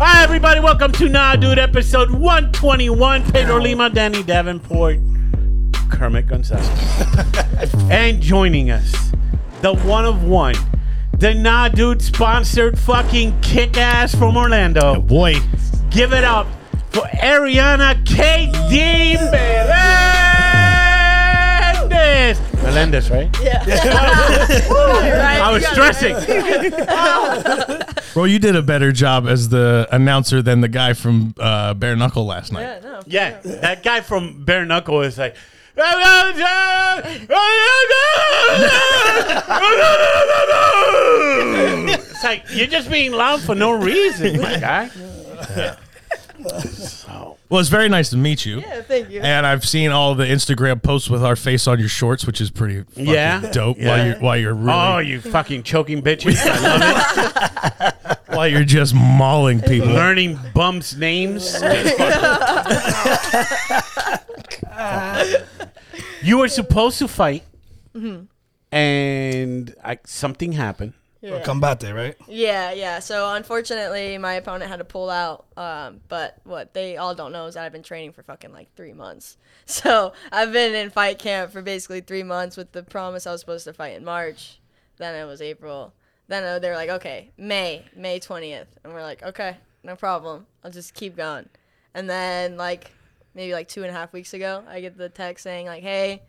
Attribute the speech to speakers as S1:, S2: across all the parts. S1: everybody, welcome to Nah Dude episode 121. Pedro Lima, Danny Davenport, Kermit Gonzalez. and joining us, the one of one, the Nah Dude sponsored fucking kick ass from Orlando.
S2: Boy,
S1: Give it up for Ariana KD Melendez. Melendez, right? I was stressing.
S2: bro, you did a better job as the announcer than the guy from uh, Bare Knuckle last night.
S1: Yeah, that guy from Bare Knuckle is like. it's like you're just being loud for no reason, my guy.
S2: Well, it's very nice to meet you.
S3: Yeah, thank you.
S2: And I've seen all the Instagram posts with our face on your shorts, which is pretty fucking
S1: Yeah.
S2: dope.
S1: Yeah.
S2: While you're while you're really,
S1: Oh, you fucking choking bitches! I love
S2: while you're just mauling
S1: it.
S2: people.
S1: Learning bums' names. you were supposed to fight, and I, something happened.
S3: Yeah.
S4: Combate, right?
S3: yeah, yeah. So unfortunately, my opponent had to pull out. Um, but what they all don't know is that I've been training for fucking like three months. So I've been in fight camp for basically three months with the promise I was supposed to fight in March. Then it was April. Then uh, they were like, okay, May, May 20th. And we're like, okay, no problem. I'll just keep going. And then, like, maybe like two and a half weeks ago, I get the text saying, like, hey,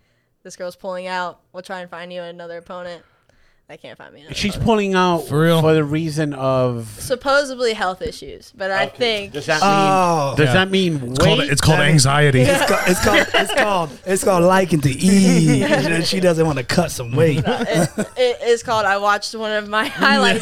S3: this girl's pulling out. We'll try and find you another opponent. They can't find me. Another
S1: She's pulling out
S2: For real?
S1: for the reason of.
S3: supposedly health issues, but I think
S1: Does that mean?
S4: Oh.
S1: does
S2: Yeah.
S1: that mean
S2: It's called,
S1: weight?
S2: it's called anxiety.
S4: It's called, it's called it's called it's called liking to eat. And she doesn't want to cut some weight.
S3: it, it is called. I watched one of my highlight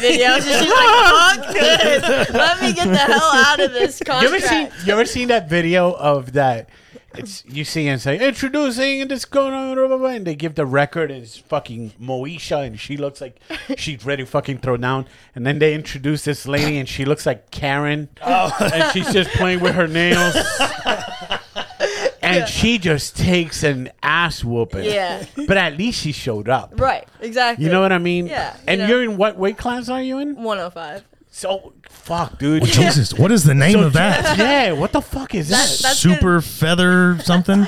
S3: videos, and she's like, "Fuck this! Let me get the hell out of this
S1: you ever seen?
S3: contract."
S1: You ever seen that video of that? It's you see and say introducing this going on blah, blah, blah, and they give the record and it's fucking Moesha and she looks like she's ready to fucking throw down and then they introduce this lady and she looks like Karen and she's just playing with her nails and she just takes an ass whooping
S3: Yeah.
S1: but at least she showed up
S3: Right? Exactly.
S1: you know what I mean
S3: Yeah, you
S1: and
S3: know.
S1: you're in what weight class are you in
S3: 105.
S1: so fuck dude
S2: Jesus, what is the name of that?
S1: yeah what the fuck is that
S3: That's
S2: Super feather something.
S3: No,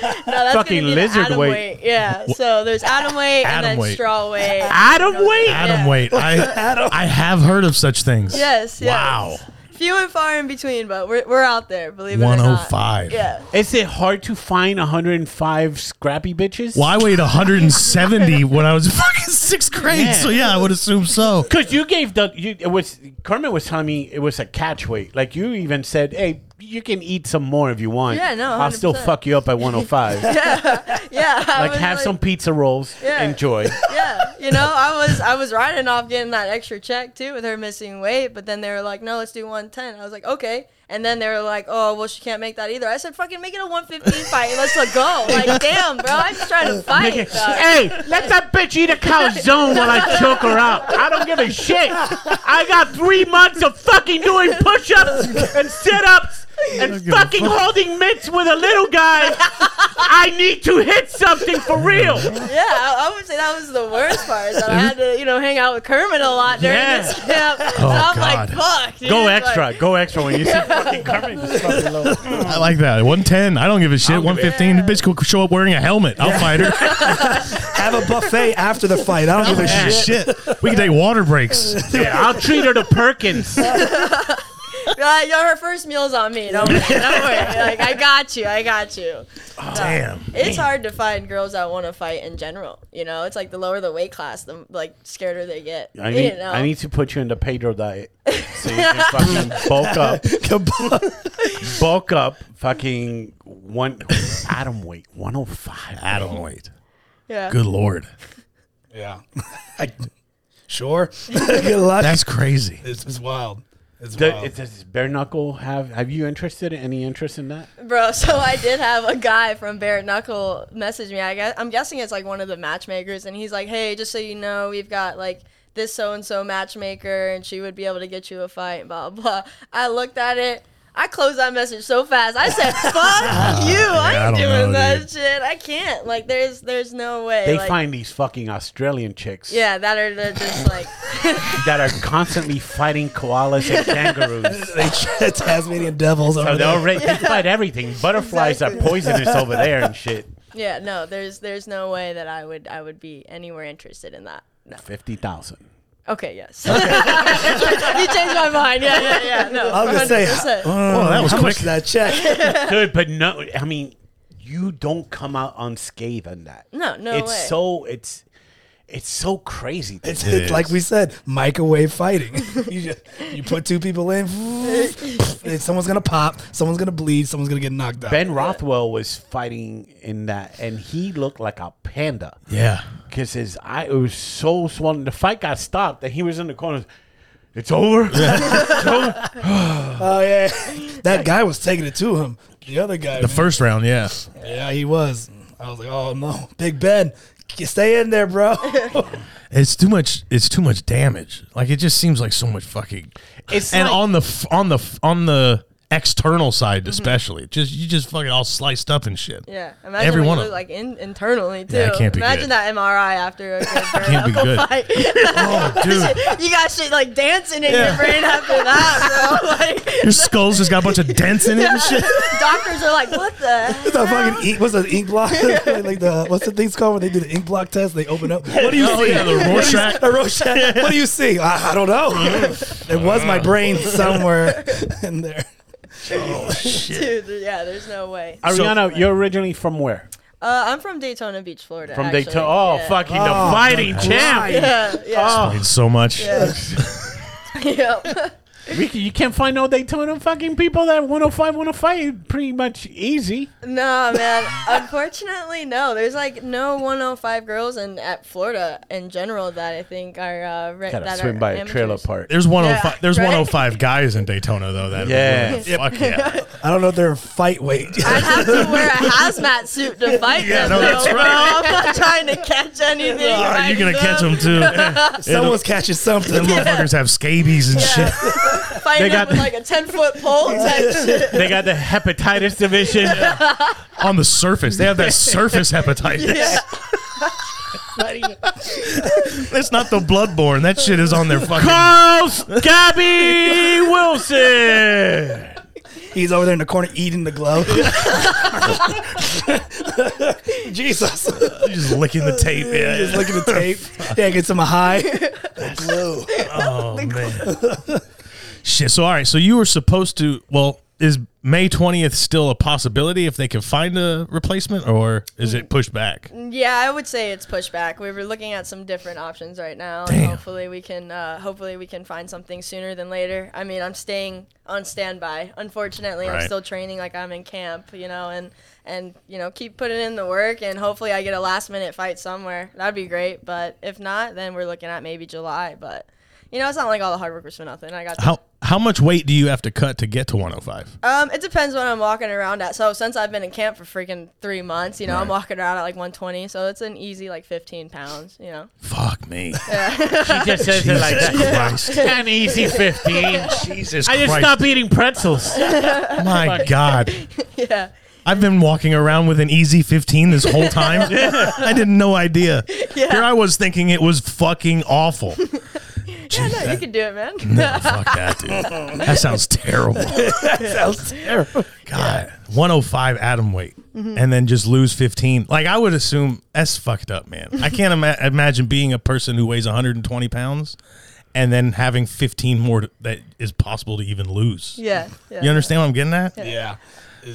S1: Fucking
S3: that's gonna be the
S1: lizard
S3: atom
S1: weight.
S3: Yeah. So there's atom weight
S2: Atom
S3: and then
S2: weight.
S3: straw weight.
S1: Adam Wade.
S2: Adam,
S3: Yeah.
S2: wait, I I have heard of such things.
S3: yes. Yes.
S2: Wow.
S3: Few and far in between, but we're, we're out there. Believe it or not.
S2: 105.
S3: Yeah.
S1: Is it hard to find 105 scrappy bitches?
S2: Well, I weighed 170 when I was in fucking sixth grade, so yeah, I would assume so.
S1: Because you gave the you, it was Kermit was telling me it was a catch weight. Like you even said, "Hey, you can eat some more if you want.
S3: Yeah, no,
S1: I'll still
S3: 100%.
S1: fuck you up at 105. like
S3: Yeah. I was
S1: have some pizza rolls.
S3: Yeah.
S1: Enjoy.
S3: yeah, you know, I was I was riding off getting that extra check too with her missing weight, but then they were like, "No, let's do 110." I was like, "Okay." And then they were like, "Oh, well, she can't make that either." I said, "Fucking make it a 115 fight. and Let's let go." Like, damn, bro, I'm just trying to fight. dog.
S1: hey, let that bitch eat a calzone while I choke her out. I don't give a shit. I got three months of fucking doing push-ups and sit-ups and
S2: give a
S1: fucking holding mitts with a little guy. I need to hit something for real.
S3: Yeah, I, I would say that was the worst part is that I had to, you know, hang out with Kermit a lot during
S1: Yeah.
S3: this camp. so
S2: Oh,
S3: I'm like,
S2: God.
S3: fuck. dude,
S1: Go
S3: like-
S1: extra. Go extra when you see fucking Kermit. Just fucking low.
S2: I like that. 110. I don't give a shit.
S1: don't give a-
S2: 115. The bitch could show up wearing a helmet. I'll fight her.
S4: Have a buffet after the fight. I don't give a
S2: Yeah,
S4: shit.
S2: shit. We can take water breaks.
S1: Yeah, I'll treat her to Perkins.
S3: Uh, yo, her first meal's on me. Don't worry. Don't worry. Like, I got you. I got you.
S2: Damn.
S3: It's hard to find girls that want to fight in general. You know, it's like the lower the weight class, the like scareder they get.
S1: I
S3: you
S1: need,
S3: know?
S1: I need to put you in the Pedro diet so you can fucking bulk up. bulk up fucking one atom weight 105
S2: Adam Wait.
S3: yeah.
S2: Good lord.
S4: Yeah. I, sure. Good luck.
S2: That's crazy.
S4: It's, it's wild. It's
S1: Do-
S4: wild.
S1: does bare knuckle have have you interested any interest in that
S3: Bro, so I did have a guy from Bare Knuckle message me. I guess I'm guessing it's like one of the matchmakers, and he's like, "Hey, just so you know, we've got like this so and so matchmaker, and she would be able to get you a fight." Blah blah. I looked at it. I closed that message so fast. I said, "Fuck you! I
S2: I
S3: ain't
S2: don't
S3: doing
S2: know,
S3: that
S2: dude.
S3: shit. I can't. Like, there's there's no way.
S5: They
S3: like,
S5: find these fucking Australian chicks
S3: yeah, that are they're just like
S5: that are constantly fighting koalas and kangaroos.
S4: They Tasmanian devils
S5: So
S4: over
S5: they
S4: there.
S5: already they fight everything. Butterflies
S3: Exactly.
S5: are poisonous over there and shit.
S3: yeah. No, there's there's no way that I would I would be anywhere interested in that. No.
S5: Fifty thousand.
S3: Okay. Yes. you changed my mind. Yeah. Yeah. Yeah. No.
S4: I was gonna say,
S3: 100%.
S2: Oh, that was
S4: How
S2: quick.
S4: much did I check?
S5: Dude, but no, I mean, you don't come out unscathed on that.
S3: No, no
S5: It's
S3: way.
S5: so it's it's so crazy. dude.
S4: It's, it's like we said, microwave fighting. you just you put two people in, and someone's gonna pop, someone's gonna bleed, someone's gonna get knocked out.
S5: Ben Rothwell was fighting in that, and he looked like a panda
S2: Yeah.
S5: because his eye it was so swollen. The fight got stopped, and he was in the corner. It's over. It's over.
S4: oh yeah, that guy was taking it to him. The other guy,
S2: The
S4: man.
S2: first round, yeah.
S4: yeah, he was. I was like, oh no, Big Ben, get- stay in there, bro.
S2: It's too much. It's too much damage. Like it just seems like so much fucking.
S5: It's
S2: and
S5: like-
S2: on the f- on the f- on the external side, especially, just you just fucking all sliced up and shit.
S3: Yeah, imagine
S2: Every
S3: what
S2: one
S3: you
S2: of
S3: look
S2: them.
S3: like in, internally too.
S2: Yeah, it can't be
S3: imagine
S2: good.
S3: that MRI after a good
S2: can't be
S3: burn
S2: good.
S3: fight.
S2: Oh, dude,
S3: you got shit like dancing in your
S2: Yeah.
S3: brain after that, bro. Like
S2: your skull's just got a bunch of dents in it and shit.
S3: doctors are like, what the?
S4: the fucking ink, what's the ink block? like like the what's the things called when they do the ink block test? They open up. What do you
S2: Oh,
S4: see?
S2: yeah, the
S4: What do you see?
S2: Rorschach.
S4: The Rorschach. What do you see? I, I don't know. it was my brain somewhere in there.
S3: Dude, there- yeah, there's no way. Uh,
S5: Ariana, you're originally from where?
S3: I'm from Daytona Beach, Florida.
S5: From
S3: actually.
S5: Daytona. Oh,
S3: yeah.
S5: fucking the
S4: Oh,
S5: fighting champ. Oh,
S3: Yeah, yeah,
S2: It's so much. Oh.
S3: yeah.
S5: We can- you can't find no Daytona fucking people that 105 want to fight pretty much easy.
S3: No, man. Unfortunately, no. There's like no 105 girls in at Florida in general that I think are uh, re-
S5: Gotta
S3: that
S5: swim
S3: are
S5: by a
S3: amateurs.
S5: trailer park.
S2: There's 105.
S3: Yeah,
S2: there's
S3: right?
S2: 105 guys in Daytona though. That
S5: Yeah.
S2: fuck yeah.
S4: I don't know if they're in fight weight.
S3: I'd have to wear a hazmat suit to fight
S2: Yeah, no,
S3: them. though,
S2: that's
S3: bro.
S2: right.
S3: I'm not trying to catch anything.
S2: Oh,
S3: right
S2: you're gonna catch
S3: now.
S2: them too.
S4: Someone's catching
S2: Them
S4: something.
S2: motherfuckers have scabies and shit.
S3: Fighting
S5: They
S3: them
S5: got-
S3: with like a 10 foot pole. type shit.
S5: They got the hepatitis division.
S2: on the surface. They have that surface hepatitis.
S3: Yeah.
S2: That's not the bloodborne. That shit is on their fucking.
S5: Carl Scabby Wilson.
S4: He's over there in the corner eating the glove. Jesus.
S2: Just licking the tape. Yeah.
S4: Just look at the tape. Yeah, gets him a high. glue.
S2: oh man. shit. So all right. So you were supposed to. Well, is May twentieth still a possibility if they can find a replacement, or is it pushed back?
S3: Yeah, I would say it's pushback. We were looking at some different options right now. And hopefully we can uh, hopefully we can find something sooner than later. I mean, I'm staying on standby. Unfortunately, I'm
S2: Right.
S3: still training like I'm in camp, you know, and and you know, keep putting in the work and hopefully I get a last minute fight somewhere. That'd be great, but if not, then we're looking at maybe July, but you know, it's not like all the hard work was for nothing. I got the
S2: How how much weight do you have to cut to get to one hundred five?
S3: um, it depends what I'm walking around at. So since I've been in camp for freaking three months, you know, I'm walking around at like 120. So it's an easy like 15 pounds, you know.
S2: Fuck me.
S5: She just says it like that.
S2: Christ.
S5: An easy 15.
S2: Jesus
S5: I
S2: Christ.
S5: just stopped eating pretzels.
S2: My God.
S3: Yeah.
S2: I've been walking around with an easy 15 this whole time. I had no idea. Here I was thinking it was fucking awful.
S3: Yeah, no, you can do it, man.
S2: No, Oh, fuck that, dude. That sounds terrible.
S4: Sounds terrible. Mm-hmm.
S2: God, 105 atom weight and then just lose 15. Like, I would assume that's fucked up, man. I can't ima- imagine being a person who weighs 120 pounds and then having 15 more to, that is possible to even lose.
S3: yeah, yeah.
S2: You understand what I'm getting at?
S4: Yeah.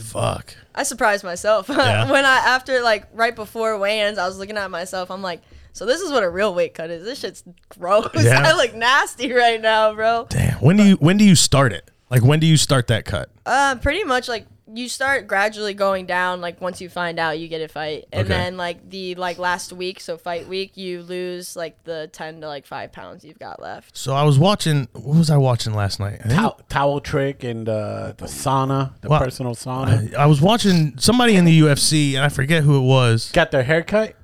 S2: Fuck.
S3: I surprised myself
S2: Yeah.
S3: when I after like right before weigh-ins, I was looking at myself. I'm like, so this is what a real weight cut is. This shit's gross.
S2: Yeah.
S3: I look nasty right now, bro.
S2: Damn. When do you when do you start it? Like when do you start that cut?
S3: Uh, pretty much like you start gradually going down. Like once you find out, you get a fight, and
S2: Okay.
S3: then like the like last week, so fight week, you lose like the ten to like five pounds you've got left.
S2: So I was watching. What was I watching last night? I, think-
S5: Towel, towel trick and uh, the sauna, the
S2: Well,
S5: personal sauna.
S2: I was watching somebody in the UFC, and I forget who it was.
S5: Got their haircut?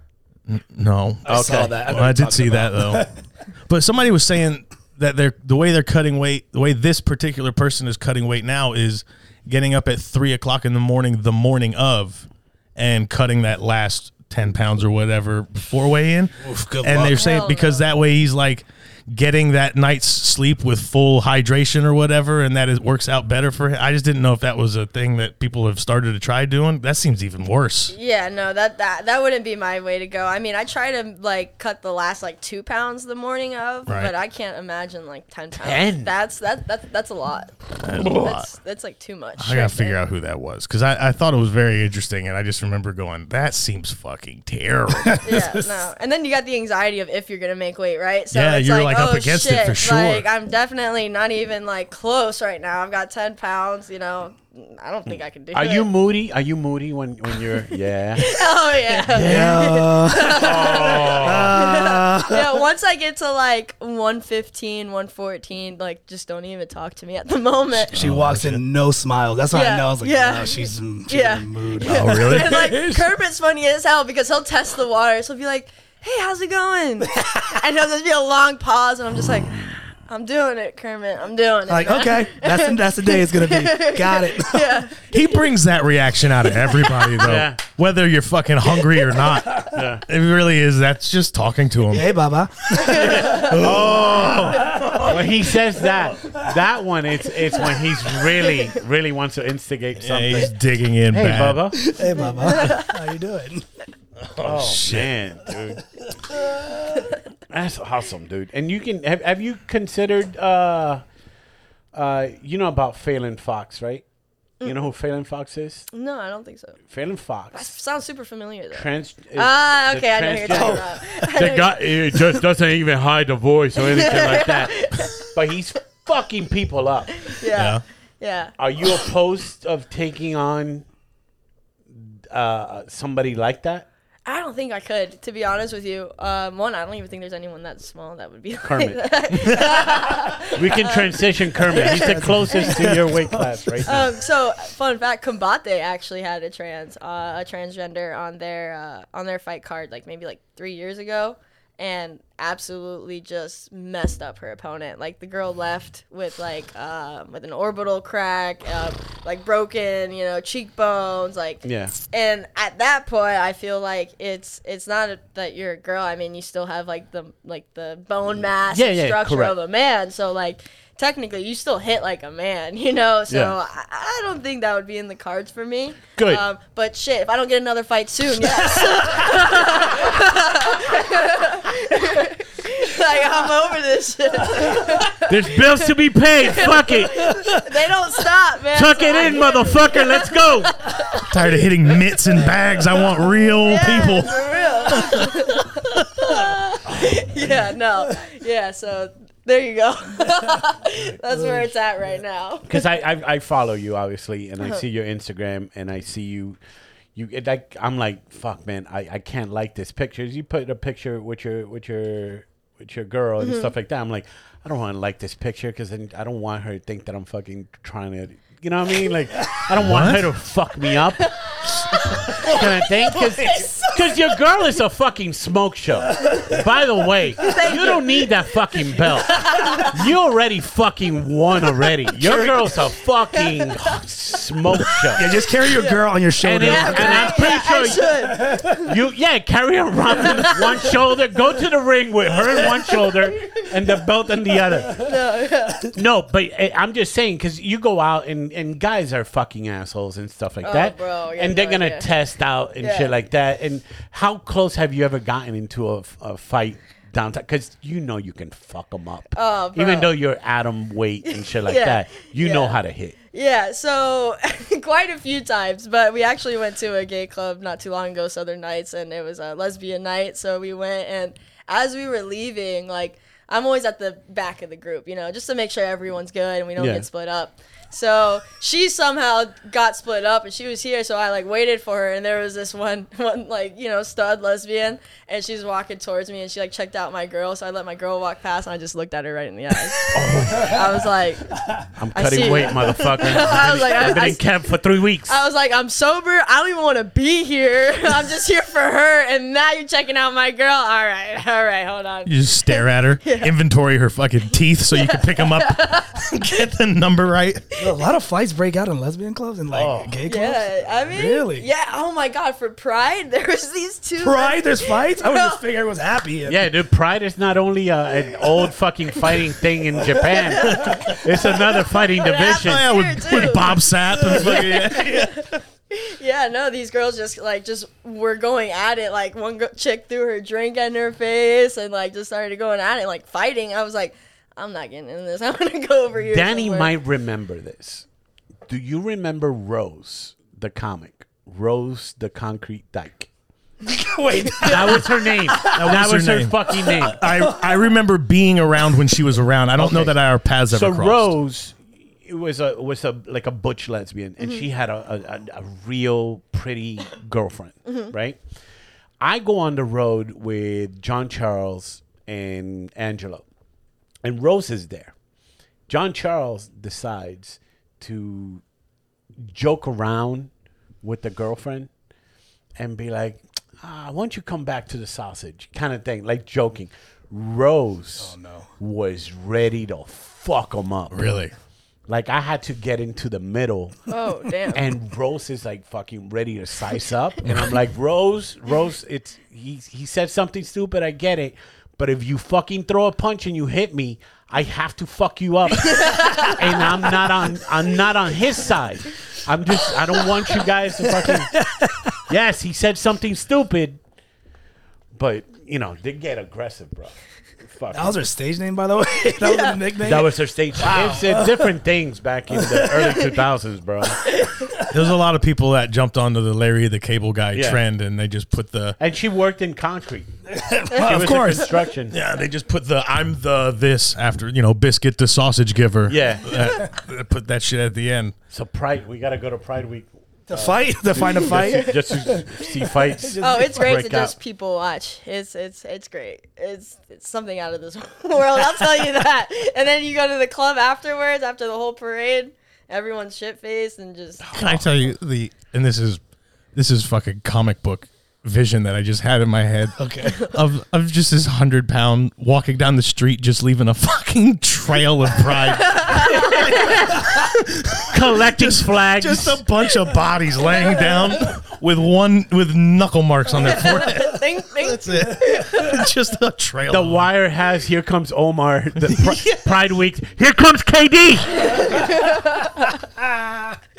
S2: No,
S4: I saw that.
S2: Well, I did see that though. but somebody was saying that they're the way they're cutting weight, the way this particular person is cutting weight now is getting up at three o'clock in the morning, the morning of, and cutting that last ten pounds or whatever before weigh in.
S4: Oof, good
S2: and
S4: luck.
S2: they're saying
S3: Hell
S2: because that way he's like getting that night's sleep with full hydration or whatever, and that it works out better for him. I just didn't know if that was a thing that people have started to try doing. That seems even worse.
S3: Yeah, no, that, that that wouldn't be my way to go. I mean, I try to like cut the last like two pounds the morning of,
S2: Right.
S3: but I can't imagine like ten pounds.
S5: 10?
S3: That's that that's that's a lot. That's that's like too much.
S2: I gotta figure out who that was because I, I thought it was very interesting, and I just remember going, "That seems fucking terrible."
S3: yeah, no. And then you got the anxiety of if you're gonna make weight, right? So
S2: Yeah,
S3: it's
S2: you're, like,
S3: like,
S2: up
S3: oh,
S2: against it
S3: shit.
S2: for sure.
S3: Like I'm definitely not even like close right now. I've got ten pounds. You know, I don't think I can do.
S5: Are
S3: it.
S5: you moody? Are you moody when, when you're? Yeah.
S3: Oh yeah. yeah.
S4: Yeah.
S3: Once I get to like 115, 114, like just don't even talk to me at the moment.
S4: She
S5: Oh,
S4: walks in, no smile. That's how
S3: Yeah,
S4: I know. I was like,
S3: yeah.
S4: yeah. she's, she's
S3: Yeah.
S4: in the mood.
S2: oh, really?
S3: And like Kermit's funny as hell because he'll test the water. So he'll be like, "Hey, how's it going?" and there'll just be a long pause, and I'm just like, "I'm doing it, Kermit. I'm doing it."
S4: Like,
S3: man."
S4: okay, that's the, that's the day it's gonna be. Got it.
S3: Yeah.
S2: He brings that reaction out of everybody, though,
S5: Yeah.
S2: whether you're fucking hungry or not. It really is. That's just talking to him.
S4: hey, Baba.
S5: when he says that, that one, it's it's when he's really really wants to instigate
S2: Yeah,
S5: something.
S2: he's digging in
S5: hey,
S2: bad.
S5: Bubba.
S4: Hey, Baba. How you doing?
S5: Oh, man, dude. That's awesome, dude. And you can have, have you considered uh uh you know about Phelan Fox, right? You
S3: Mm.
S5: know who Phelan Fox is?
S3: No, I don't think so.
S5: Phelan Fox.
S3: Sounds super familiar though.
S5: Trans is
S3: Ah,
S5: the
S3: okay, I know who you're
S5: transgender-
S3: talking about.
S5: The guy it just doesn't even hide the voice or anything like that. But he's fucking people up.
S3: Yeah,
S2: Yeah.
S3: yeah.
S5: Are you opposed of taking on uh, somebody like that?
S3: I don't think I could, to be honest with you. Um, one, I don't even think there's anyone that small that would be.
S5: Kermit. we can transition Kermit. He's the closest to your weight class right now.
S3: um, so, fun fact: Combate actually had a trans, uh, a transgender on their uh, on their fight card, like maybe like three years ago, and absolutely just messed up her opponent. Like the girl left with like um, with an orbital crack, uh, like broken, you know, cheekbones, like
S5: Yeah.
S3: and at that point i feel like it's it's not that you're a girl i mean you still have like the like the bone mass
S5: Yeah,
S3: and
S5: yeah,
S3: structure
S5: correct.
S3: of a man so like technically you still hit like a man you know so
S5: Yeah.
S3: I, I don't think that would be in the cards for me
S5: Good.
S3: um, but shit if i don't get another fight soon yes like i'm over this shit
S5: There's bills to be paid. Fuck it.
S3: they don't stop man
S5: Tuck
S3: So
S5: it
S3: I
S5: in,
S3: get
S5: motherfucker. Let's go.
S2: Tired of hitting mitts and bags. I want real
S3: Yeah,
S2: people.
S3: For real. yeah, no. Yeah, so there you go. That's where it's at right now.
S5: Because I, I I follow you obviously, and I see your Instagram, and I see you. You it, like I'm like fuck man I, I can't like this picture. You put a picture with your with your with your girl and stuff like that. I'm like I don't want to like this picture because I don't want her to think that I'm fucking trying to you know what I mean like I don't want
S2: What?
S5: her to fuck me up. kind of thing because your girl is a fucking smoke show. By the way, you don't need that fucking belt. You already fucking won already. Your girl's a fucking smoke show.
S4: Yeah, just carry your girl on your
S5: And,
S4: shoulder.
S5: it, and I'm
S3: Yeah, I
S5: pretty sure
S3: should.
S5: you, yeah, carry her around with one shoulder, go to the ring with her in one shoulder and the belt in the other.
S3: No, yeah.
S5: No, but I- I'm just saying because you go out and, and guys are fucking assholes and stuff like
S3: Oh,
S5: that,
S3: bro, yeah,
S5: and they're
S3: no
S5: gonna
S3: idea.
S5: test out and
S3: Yeah.
S5: shit like that. And how close have you ever gotten into a, f- a fight downtown? Because you know you can fuck them up,
S3: Oh, bro.
S5: even though you're atom weight and shit like
S3: Yeah,
S5: that. You know
S3: yeah.
S5: how to hit.
S3: Yeah, so quite a few times, but we actually went to a gay club not too long ago, Southern Nights, and it was a lesbian night. So we went, and as we were leaving, like, I'm always at the back of the group, you know, just to make sure everyone's good and we don't
S5: Yeah.
S3: get split up. So she somehow got split up and she was here, so I like waited for her, and there was this one, one like, you know, stud lesbian, and she's walking towards me, and she like checked out my girl, so I let my girl walk past, and I just looked at her right in the eyes. I was like,
S5: I'm
S3: I
S5: cutting
S3: see.
S5: weight, motherfucker.
S3: I was like, I-
S5: I've been
S3: I
S5: in
S3: s-
S5: camp for three weeks.
S3: I was like, I'm sober. I don't even want to be here. I'm just here for her. And now you're checking out my girl. All right, all right, hold on.
S2: You just stare at her, inventory her fucking teeth so you can pick them up, get the number right.
S4: a lot of fights break out in lesbian clubs and like
S2: Oh.
S4: gay clubs.
S3: Yeah, I mean,
S4: Really?
S3: Yeah. Oh my God, for Pride, there was these two.
S4: Pride, there's fights. I would
S3: No.
S4: just figure everyone's happy. and-
S5: Yeah, dude, Pride is not only uh, an old fucking fighting thing in Japan. It's another fighting division.
S3: happened?
S2: yeah,
S3: Here,
S2: with,
S3: too.
S2: with Bob Sapp and fucking, yeah, yeah.
S3: Yeah, no, these girls just like just were going at it. Like one gr- chick threw her drink in her face and like just started going at it, like fighting. I was like, I'm not getting in this. I'm gonna go over here.
S5: Danny
S3: somewhere.
S5: might remember this. Do you remember Rose, the comic? Rose the Concrete Dyke.
S4: Wait,
S5: That was her name. That was,
S2: her
S5: her,
S2: name.
S5: fucking name.
S2: I I remember being around when she was around. I don't know
S5: Okay.
S2: that our paths ever
S5: so
S2: crossed.
S5: Rose was a was a like a butch lesbian, and she had a a, a, a real pretty girlfriend, right? I go on the road with John Charles and Angelo, and Rose is there. John Charles decides to joke around with the girlfriend and be like, ah, "Why don't you come back to the sausage?" kind of thing, like joking. Rose was ready to fuck him up.
S2: Really?
S5: Like I had to get into the middle,
S3: Oh damn.
S5: and Rose is like fucking ready to size up, and I'm like, Rose, Rose, it's he he said something stupid. I get it, but if you fucking throw a punch and you hit me, I have to fuck you up, and I'm not on I'm not on his side. I'm just I don't want you guys to fucking. Yes, he said something stupid, but you know they get aggressive, bro. Fuck.
S4: that was her stage name, by the way. that was her nickname.
S5: That was her stage. It's uh, different things back in the early 2000s, bro.
S2: There's a lot of people that jumped onto the Larry the Cable Guy
S5: Yeah.
S2: trend, and they just put the
S5: And she worked in concrete.
S4: Well, of
S5: was A
S4: course.
S5: construction. Yeah.
S2: yeah, they just put the I'm the this after you know biscuit the sausage giver. Uh, they put that shit at the end.
S5: So Pride, we got to go to Pride Week.
S4: The fight, to find a fight.
S5: Just to see fights.
S3: Oh, it's great to
S5: break out.
S3: just people watch. It's it's it's great. It's it's something out of this world. I'll tell you that. And then you go to the club afterwards after the whole parade. Everyone's shit faced and just
S2: Can I tell you the and this is this is fucking comic book vision that I just had in my head.
S4: Okay.
S2: Of of just this hundred pound walking down the street just leaving a fucking trail of pride.
S5: collecting flags.
S2: just a bunch of bodies laying down with one with knuckle marks on their forehead.
S3: think think
S2: That's it. just a trail.
S5: the wire has here comes Omar. The Pri- Pride Week. Here comes KD.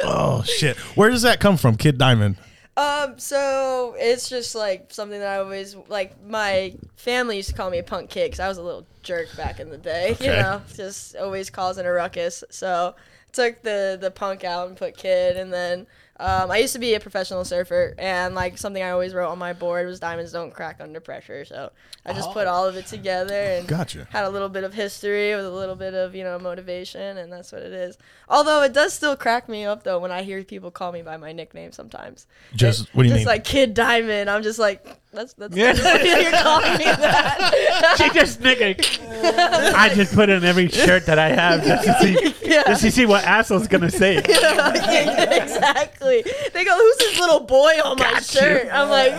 S2: oh shit. Where does that come from? Kid Diamond.
S3: Um, so it's just like something that I always like. My family used to call me a punk kid 'cause I was a little jerk back in the day. You
S2: Okay.
S3: know, just always causing a ruckus. So took the the punk out and put kid, and then um, I used to be a professional surfer, and like something I always wrote on my board was diamonds don't crack under pressure. So I just put all of it together and
S2: Oh. Gotcha.
S3: had a little bit of history with a little bit of you know motivation, and that's what it is. Although it does still crack me up though when I hear people call me by my nickname sometimes.
S2: Just- what do you mean?
S3: just like Kid Diamond. I'm just like that's that's you're calling me that.
S5: She just nigga. I just put in every shirt that I have just to see, just to see what asshole's gonna say.
S3: exactly. They go, who's this little boy on my shirt? I'm like,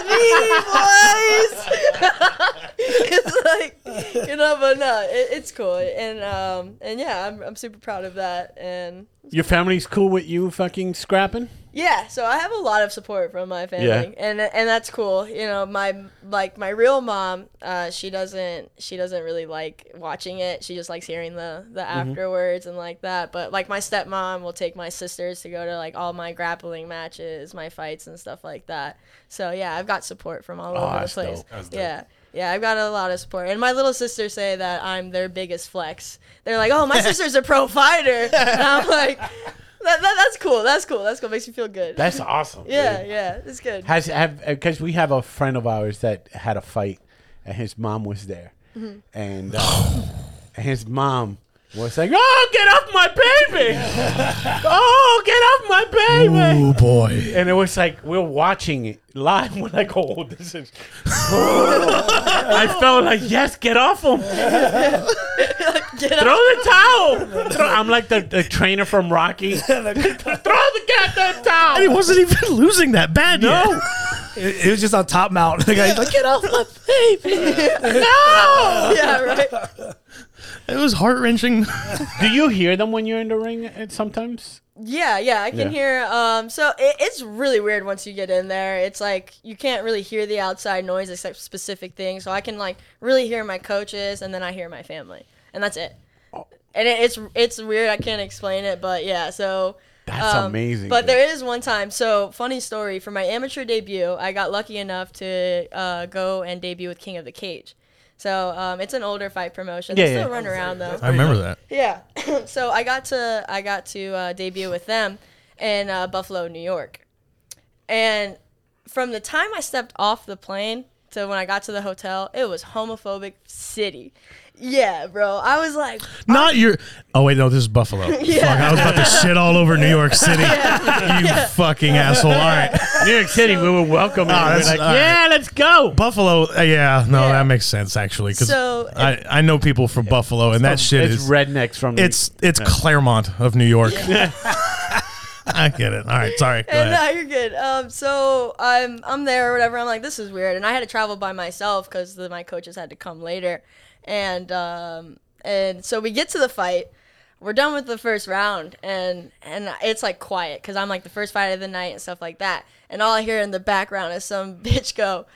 S3: it's me, boys. it's like you know, but no, it, it's cool, and um, and yeah, I'm I'm super proud of that, and
S5: Your family's cool with you fucking scrapping.
S3: Yeah, so I have a lot of support from my family,
S5: Yeah.
S3: and and that's cool. You know, my like my real mom, uh, she doesn't she doesn't really like watching it. She just likes hearing the the afterwards and like that. But like my stepmom will take my sisters to go to like all my grappling matches, my fights and stuff like that. So yeah, I've got support from all over the
S5: that's
S3: place.
S5: dope. That's
S3: Yeah. Yeah, I've got a lot of support. And my little sisters say that I'm their biggest flex. They're like, oh, my sister's a pro fighter. And I'm like, that, that, that's cool. That's cool. That's cool. Makes me feel good.
S5: That's awesome. dude.
S3: yeah, yeah. It's good.
S5: Has have because we have a friend of ours that had a fight, and his mom was there, and uh, and his mom was like, "Oh, get off my baby! oh, get off my baby!"
S2: Oh boy.
S5: And it was like we're watching it live. We're like, "Oh, this is." I felt like, "Yes, get off him!
S3: Get
S5: Throw
S3: up.
S5: the towel!" Throw- I'm like the, the trainer from Rocky. Throw the goddamn
S2: And he
S5: towel!
S2: wasn't even losing that bad yet.
S5: No,
S4: It, it was just on top mount. The guy's like, get off my
S5: no!
S3: Yeah, right.
S2: It was heart wrenching.
S5: Do you hear them when you're in the ring uh, sometimes?
S3: Yeah, yeah, I can
S5: Yeah.
S3: hear. Um, so it, it's really weird once you get in there. It's like you can't really hear the outside noise except specific things. So I can like really hear my coaches, and then I hear my family, and that's it.
S5: Oh.
S3: And it, it's it's weird. I can't explain it, but yeah. So
S5: That's amazing,
S3: Um, But
S5: dude.
S3: there is one time. So funny story for my amateur debut, I got lucky enough to uh, go and debut with King of the Cage. So um, it's an older fight promotion.
S5: Yeah,
S3: they
S5: yeah.
S3: still run around though.
S2: I remember that.
S3: Yeah. so I got to I got to uh, debut with them in uh, Buffalo, New York, and from the time I stepped off the plane to when I got to the hotel, it was homophobic city. Yeah, bro. I was like,
S2: Not your. Oh wait, no, this is Buffalo. Fuck, I was about to shit all over New York City. you fucking asshole. All right,
S5: New York City, we were welcome.
S2: Ah,
S5: and we're
S2: that's-
S5: like,
S2: all right.
S5: yeah, let's go.
S2: Buffalo. uh, yeah, no,
S3: Yeah.
S2: that makes sense actually. Because
S3: So-
S2: I, I know people from Buffalo, and that shit
S5: it's
S2: is
S5: rednecks from the-
S2: it's it's Claremont of New York. I get it. All right, sorry. Go
S3: and
S2: ahead.
S3: no, you're good. Um, so I'm I'm there or whatever. I'm like, this is weird, and I had to travel by myself because my coaches had to come later, and um, and so we get to the fight. We're done with the first round, and and it's like quiet because I'm like the first fight of the night and stuff like that, and all I hear in the background is some bitch go,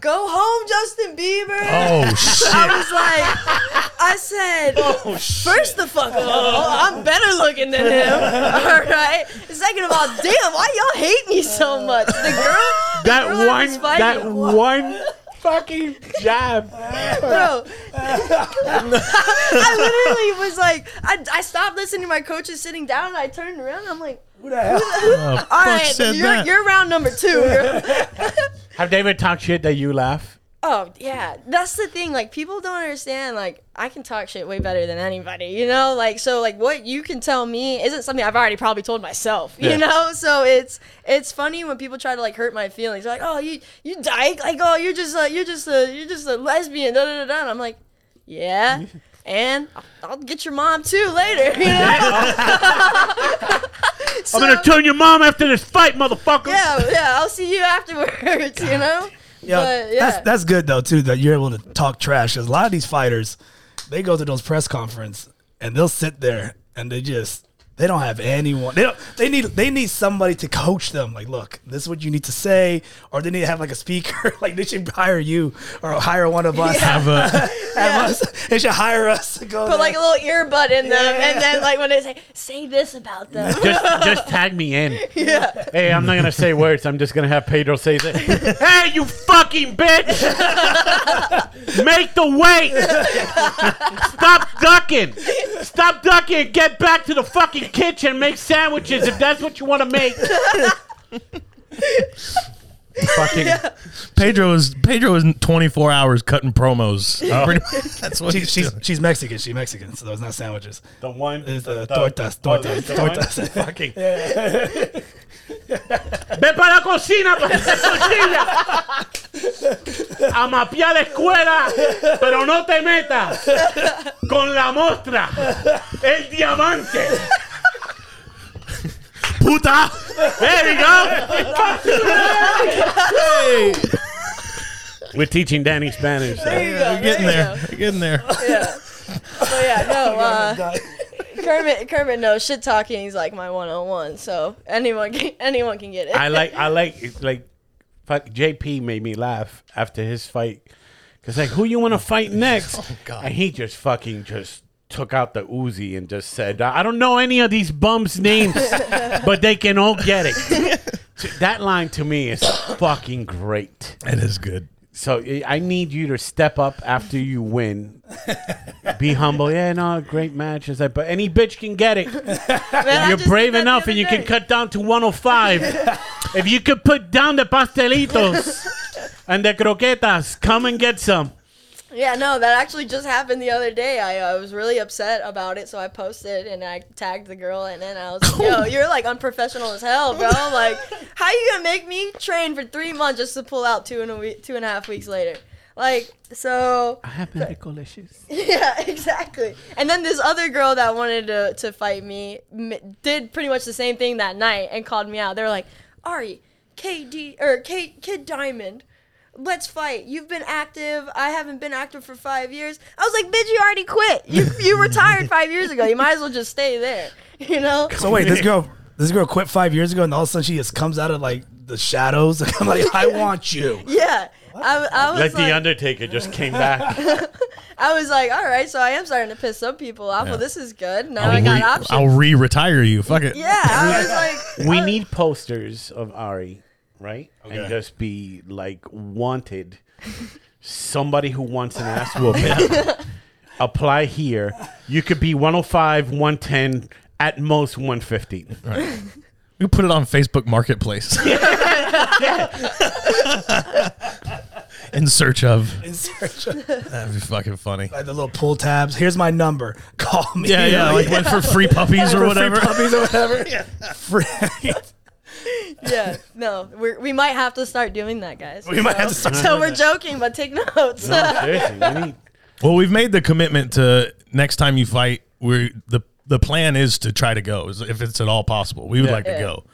S3: "Go home, Justin Bieber."
S2: Oh shit!
S3: I was like, I said,
S5: Oh,
S3: first the fuck of all, I'm better looking than him. All right. Second of all, damn, why y'all hate me so much? The girl,
S5: that
S3: the girl I was
S5: one, that
S3: fighting-
S5: one fucking jab.
S3: bro. I literally was like, I, I stopped listening to my coaches sitting down, and I turned around. And I'm like,
S4: Who the hell?
S2: Oh,
S3: all
S2: fuck
S3: right,
S2: said
S3: you're,
S2: that?
S3: you're round number two. girl."
S5: Have they ever talked shit that you laugh?
S3: Oh yeah, that's the thing. Like people don't understand. Like I can talk shit way better than anybody. You know, like so like what you can tell me isn't something I've already probably told myself.
S5: Yeah.
S3: You know, so it's it's funny when people try to like hurt my feelings. Like oh you you dyke. Like oh you're just a you're just a you're just a lesbian. Da da da da. And I'm like yeah. And I'll, I'll get your mom too later. You know? So-
S5: I'm gonna turn your mom after this fight, motherfucker.
S3: yeah, yeah. I'll see you afterwards. You know.
S4: Yeah,
S3: But, yeah.
S4: that's that's good though too that you're able to talk trash because a lot of these fighters, they go to those press conference and they'll sit there and they just they don't have anyone. They don't. They need they need somebody to coach them. Like, look, this is what you need to say, or they need to have like a speaker. like they should hire you or hire one of us.
S2: Have a,
S4: Have us. They should hire us to go.
S3: Put like a
S4: there.
S3: little earbud in them,
S4: Yeah.
S3: and then like when they say, "Say this about them,"
S5: Just, just tag me in.
S3: yeah.
S5: Hey, I'm not gonna say words. I'm just gonna have Pedro say that. hey, you fucking bitch! Make the weight. Stop ducking. Stop ducking. and Get back to the fucking kitchen. and Make sandwiches if that's what you want to make. fucking.
S2: Pedro is Pedro is 24 hours cutting promos. Pretty much- That's what
S4: She,
S2: he's
S4: she's
S2: doing.
S4: she's Mexican. She's Mexican, so those not sandwiches.
S5: The one
S4: It's uh, tortas,
S5: oh,
S4: tortas, tortas.
S5: Fucking. Ven para la cocina, para hacer cocina. A mapear la escuela, pero no te metas con la mostra, el diamante.
S2: Puta!
S5: There you go. We're teaching Danny Spanish.
S3: There you go.
S2: We're getting
S3: you
S2: there.
S3: go.
S2: We're getting there.
S3: Yeah. But yeah, no. Uh, Kermit, Kermit knows shit talking. He's like my one on one, so anyone can anyone can get it.
S5: I like I like it's like fuck JP made me laugh after his fight because like who you want to fight next?
S2: God.
S5: And he just fucking just took out the Uzi and just said, "I don't know any of these bums' names, but they can all get it." So that line to me is fucking great.
S2: It is good.
S5: So I- I need you to step up after you win. Be humble. Yeah, no, great match. It's like, but any bitch can get it.
S3: Man, I
S5: You're
S3: just did
S5: brave
S3: that the
S5: enough
S3: other
S5: and you can
S3: day.
S5: cut down to 105. if you could put down the pastelitos and the croquetas, come and get some.
S3: Yeah, no, that actually just happened the other day. I, uh, was really upset about it, so I posted and I tagged the girl, and then I was like, "Yo, you're like unprofessional as hell, bro. Like, how you gonna make me train for three months just to pull out two and a week, two and a half weeks later?" Like, so
S5: I have medical issues.
S3: yeah, exactly. And then this other girl that wanted to, to fight me m- did pretty much the same thing that night and called me out. They were like, Ari, KD, or K, Kid Diamond. Let's fight. You've been active. I haven't been active for five years. I was like, bitch, you already quit. You you retired five years ago. You might as well just stay there. You know?
S4: So wait, this girl, this girl quit five years ago, and all of a sudden she just comes out of like the shadows. I'm like, I want you.
S3: Yeah. I, w- I was
S5: Like
S3: like,
S5: the Undertaker just came back.
S3: I was like, all right, so I am starting to piss some people off. Well, this is good. Now i got
S2: re-
S3: options.
S2: I'll re-retire you. Fuck it.
S3: yeah, I was like,
S5: we
S3: I-
S5: need posters of Ari, right? And
S2: Okay.
S5: just be like wanted. Somebody who wants an ass whooping. Apply here. You could be 105, 110, at most 115.
S2: We put it on Facebook Marketplace. In search of.
S4: In search of
S2: That'd be fucking funny.
S4: like the little pull tabs. Here's my number. Call me.
S2: Yeah, yeah. Like went for free puppies or whatever.
S4: puppies or whatever. yeah.
S3: yeah, no, we're, we might have to start doing that, guys.
S4: We might have to start
S3: So we're joking, but take notes.
S5: Oh, Seriously, we need-
S2: Well, we've made the commitment to next time you fight, we the the plan is to try to go is- if it's at all possible. We would
S5: Yeah.
S2: like to
S3: Yeah.
S2: go.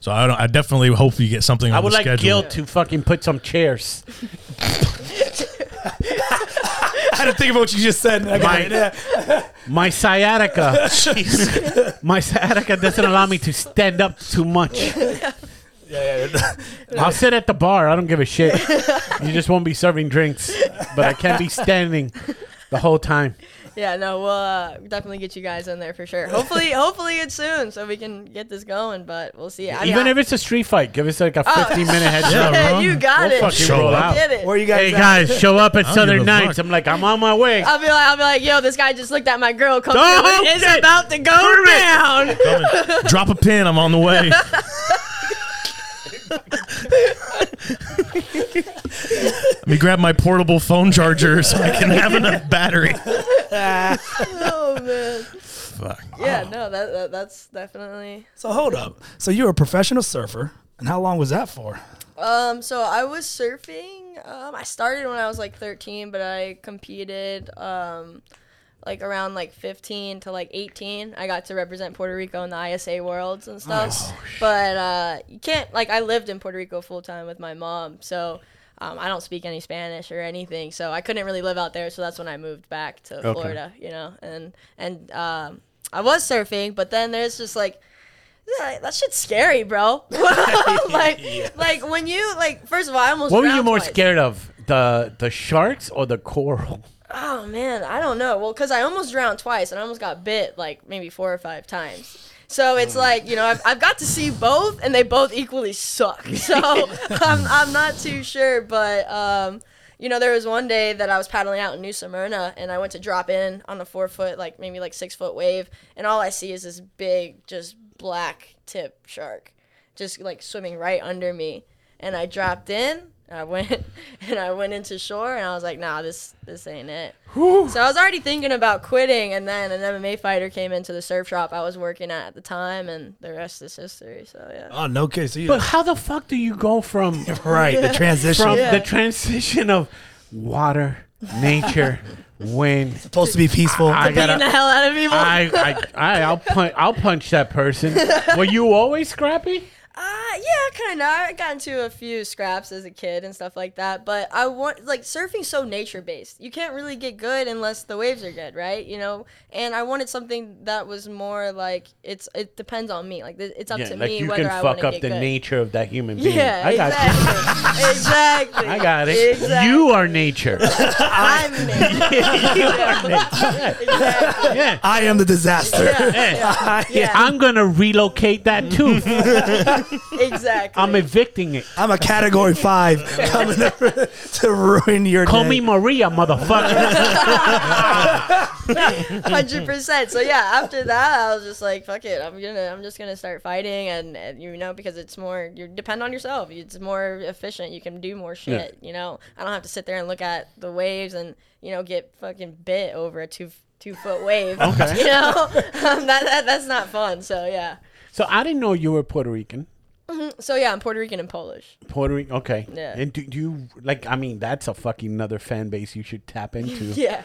S2: So I don't. I definitely hope you get something. On
S5: I would
S2: the
S5: like
S2: schedule.
S5: Gil to fucking put some chairs.
S4: I had to think of what you just said. and I got
S5: My-
S4: it. Yeah.
S5: My sciatica, my sciatica doesn't allow me to stand up too much.
S4: Yeah, yeah.
S5: I'll sit at the bar. I don't give a shit. You just won't be serving drinks, but I can't be standing the whole time.
S3: yeah, no, we'll uh, definitely get you guys in there for sure. Hopefully, hopefully it's soon so we can get this going. But we'll see. I mean,
S5: Even
S3: I-
S5: if it's a street fight, give us like a 15 minute head start.
S2: Yeah,
S3: yeah,
S2: bro.
S3: you got
S5: We'll
S3: it.
S5: fucking
S2: Show
S5: roll
S2: up.
S5: out.
S3: Get it.
S4: Where you guys?
S5: Hey
S4: at?
S5: guys, show up at
S2: I don't
S5: Southern
S2: give a
S5: Nights.
S2: fuck.
S5: I'm like, I'm on my way.
S3: I'll be like, I'll be like, yo, this guy just looked at my girl. Come
S5: Don't
S3: is
S5: get
S3: about to go down.
S2: Coming. Drop a pin. I'm on the way. Let me grab my portable phone charger so I can have enough battery.
S3: oh man.
S2: Fuck.
S5: Oh.
S3: Yeah, no, that, that that's definitely.
S4: So hold up. So you were a professional surfer, and how long was that for?
S3: Um, so I was surfing. Um, I started when I was like 13, but I competed. Um, like around like 15 to like 18 i got to represent puerto rico in the isa worlds and stuff but uh, you can't like i lived in puerto rico full time with my mom so um, i don't speak any spanish or anything so i couldn't really live out there so that's when i moved back to florida you know and and um, i was surfing but then there's just like yeah, that shit's scary, bro. like, like when you like, first of all, I almost.
S5: What were you
S3: drowned
S5: more
S3: twice.
S5: scared of? The the sharks or the coral?
S3: Oh man, I don't know. Well, because I almost drowned twice and I almost got bit like maybe four or five times. So it's like you know I've, I've got to see both and they both equally suck. So I'm I'm not too sure, but um, you know there was one day that I was paddling out in New Smyrna and I went to drop in on a four foot like maybe like six foot wave and all I see is this big just black tip shark just like swimming right under me and I dropped in. and I went and I went into shore and I was like, nah, this this ain't it. So I was already thinking about quitting, and then an MMA fighter came into the surf shop I was working at at the time, and the rest is history. So yeah,
S4: Oh no, kidding. So you
S5: But how the fuck do you go from
S4: right the transition
S5: from
S4: It's
S5: the transition of water, nature, wind?
S4: supposed to be peaceful.
S5: I
S3: beating the
S5: gotta.
S3: hell out of people.
S5: I, I, I, I'll punch. I'll punch that person. Were you always scrappy?
S3: Uh, yeah, kind of. I got into a few scraps as a kid and stuff like that. But I want like surfing's so nature based. You can't really get good unless the waves are good, right? You know. And I wanted something that was more like it's. It depends on me. Like th- it's up to
S5: like
S3: me
S5: you
S3: whether
S5: can
S3: I want
S5: fuck
S3: to
S5: up
S3: get
S5: the
S3: good.
S5: nature of that human being.
S3: Yeah,
S5: I got
S3: exactly.
S5: you.
S3: exactly.
S5: I got it. You are nature.
S3: I'm nature. Yeah. Exactly.
S5: yeah.
S4: I am the disaster.
S3: Yeah. Yeah.
S5: I'm gonna relocate that tooth.
S3: Exactly.
S5: I'm evicting it.
S4: I'm a category five coming to, to ruin your
S5: Call
S4: day.
S5: me Maria, motherfucker.
S3: 100%. So yeah, after that, I was just like, fuck it. I'm going to I'm just going to start fighting and, and you know because it's more you depend on yourself. It's more efficient. You can do more shit, you know. I don't have to sit there and look at the waves and, you know, get fucking bit over a 2 2 foot wave. Okay. You know. um, that, that that's not fun. So yeah.
S5: so I didn't know you were Puerto Rican.
S3: So yeah, I'm Puerto Rican and Polish.
S5: Puerto Rican. Okay.
S3: Yeah.
S5: And do, do you like? I mean, that's a fucking another fan base you should tap into.
S3: Yeah.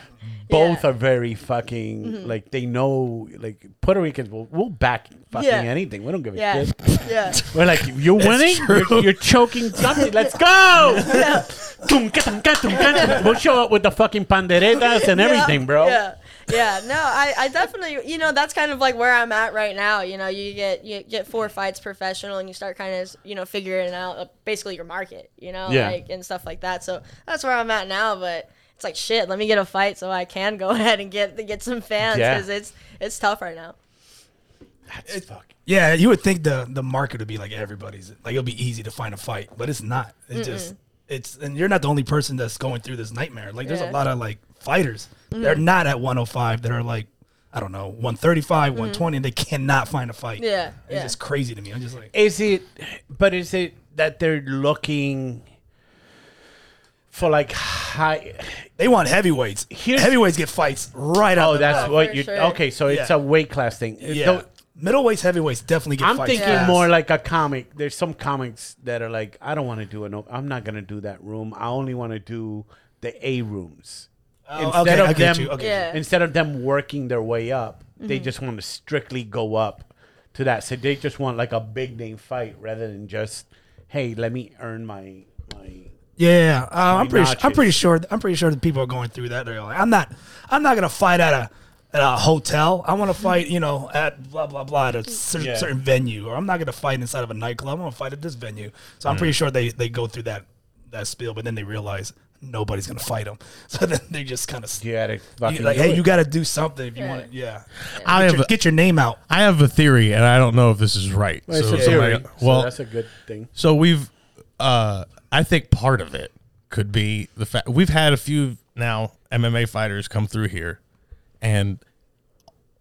S5: Both
S3: yeah. Mm-hmm.
S5: are very fucking like they know like Puerto Ricans will will back fucking
S3: Yeah.
S5: anything. We don't give a
S3: Yeah.
S5: shit.
S3: yeah.
S5: We're like, you're winning. You're, you're choking something. Let's go. Tum, ka, tum, ka, tum, ka, tum. we'll show up with the fucking panderetas and everything,
S3: Yeah,
S5: bro.
S3: Yeah. Yeah, no, I, I definitely, you know, that's kind of like where I'm at right now. You know, you get you get four fights professional, and you start kind of, you know, figuring out uh, basically your market, you know,
S5: Yeah.
S3: like and stuff like that. So that's where I'm at now. But it's like shit. Let me get a fight so I can go ahead and get get some fans
S5: Yeah.
S3: because it's it's tough right now.
S5: That's fucking.
S4: Yeah, you would think the the market would be like everybody's. Like it'll be easy to find a fight, but it's not. It just it's and you're not the only person that's going through this nightmare. Like there's
S3: Yeah. Mm-hmm.
S4: a lot of like fighters. They're not at 105. They're like I don't know 135, 120, and they cannot find a fight.
S3: Mm-hmm. Yeah,
S4: it's
S3: yeah.
S4: just crazy to me. I'm just like
S5: Is it? But is it that they're looking for like high?
S4: they want heavyweights.
S5: Here's-
S4: heavyweights get fights right out.
S5: Oh,
S4: the
S5: that's
S4: bat.
S5: what
S3: for
S5: you.
S3: sure.
S5: Okay, so it's
S4: Yeah.
S5: a weight class thing.
S4: yeah.
S5: So
S4: Middleweights, heavyweights definitely get
S5: I'm
S4: fights.
S5: thinking
S4: fast.
S5: more like a comic. There's some comics that are like, I don't want to do an. op- I'm not gonna do that room. I only want to do the A rooms.
S4: Oh, okay, I get you, okay.
S3: Yeah. Mm-hmm.
S5: instead of them working their way up, they just want to strictly go up to that. So they just want like a big name fight rather than just, hey, let me earn my my.
S4: Yeah, uh, I'm pretty. Sure, I'm
S5: notches.
S4: pretty sure. I'm pretty sure that people are going through that. They're like, I'm not. I'm not gonna fight at a at a hotel. I want to fight, you know, at blah blah blah at a cer-
S5: Yeah.
S4: certain venue, or I'm not gonna fight inside of a nightclub. I'm gonna fight at this venue. So I'm
S5: Uh-huh.
S4: pretty sure they they go through that that spiel, but then they realize nobody's gonna fight them. So then they just kind of
S5: You gotta fucking
S4: like,
S5: do
S4: hey,
S5: it.
S4: you got to do something if you
S3: Yeah.
S4: want. Yeah,
S2: I
S4: get
S2: have
S4: your,
S2: a,
S4: get your name out.
S2: I have a theory, and I don't know if this is right.
S5: Well, it's a
S2: somebody-
S5: theory, so
S2: well,
S5: that's a good thing.
S2: So we've, uh, I think part of it could be the fact we've had a few now MMA fighters come through here, and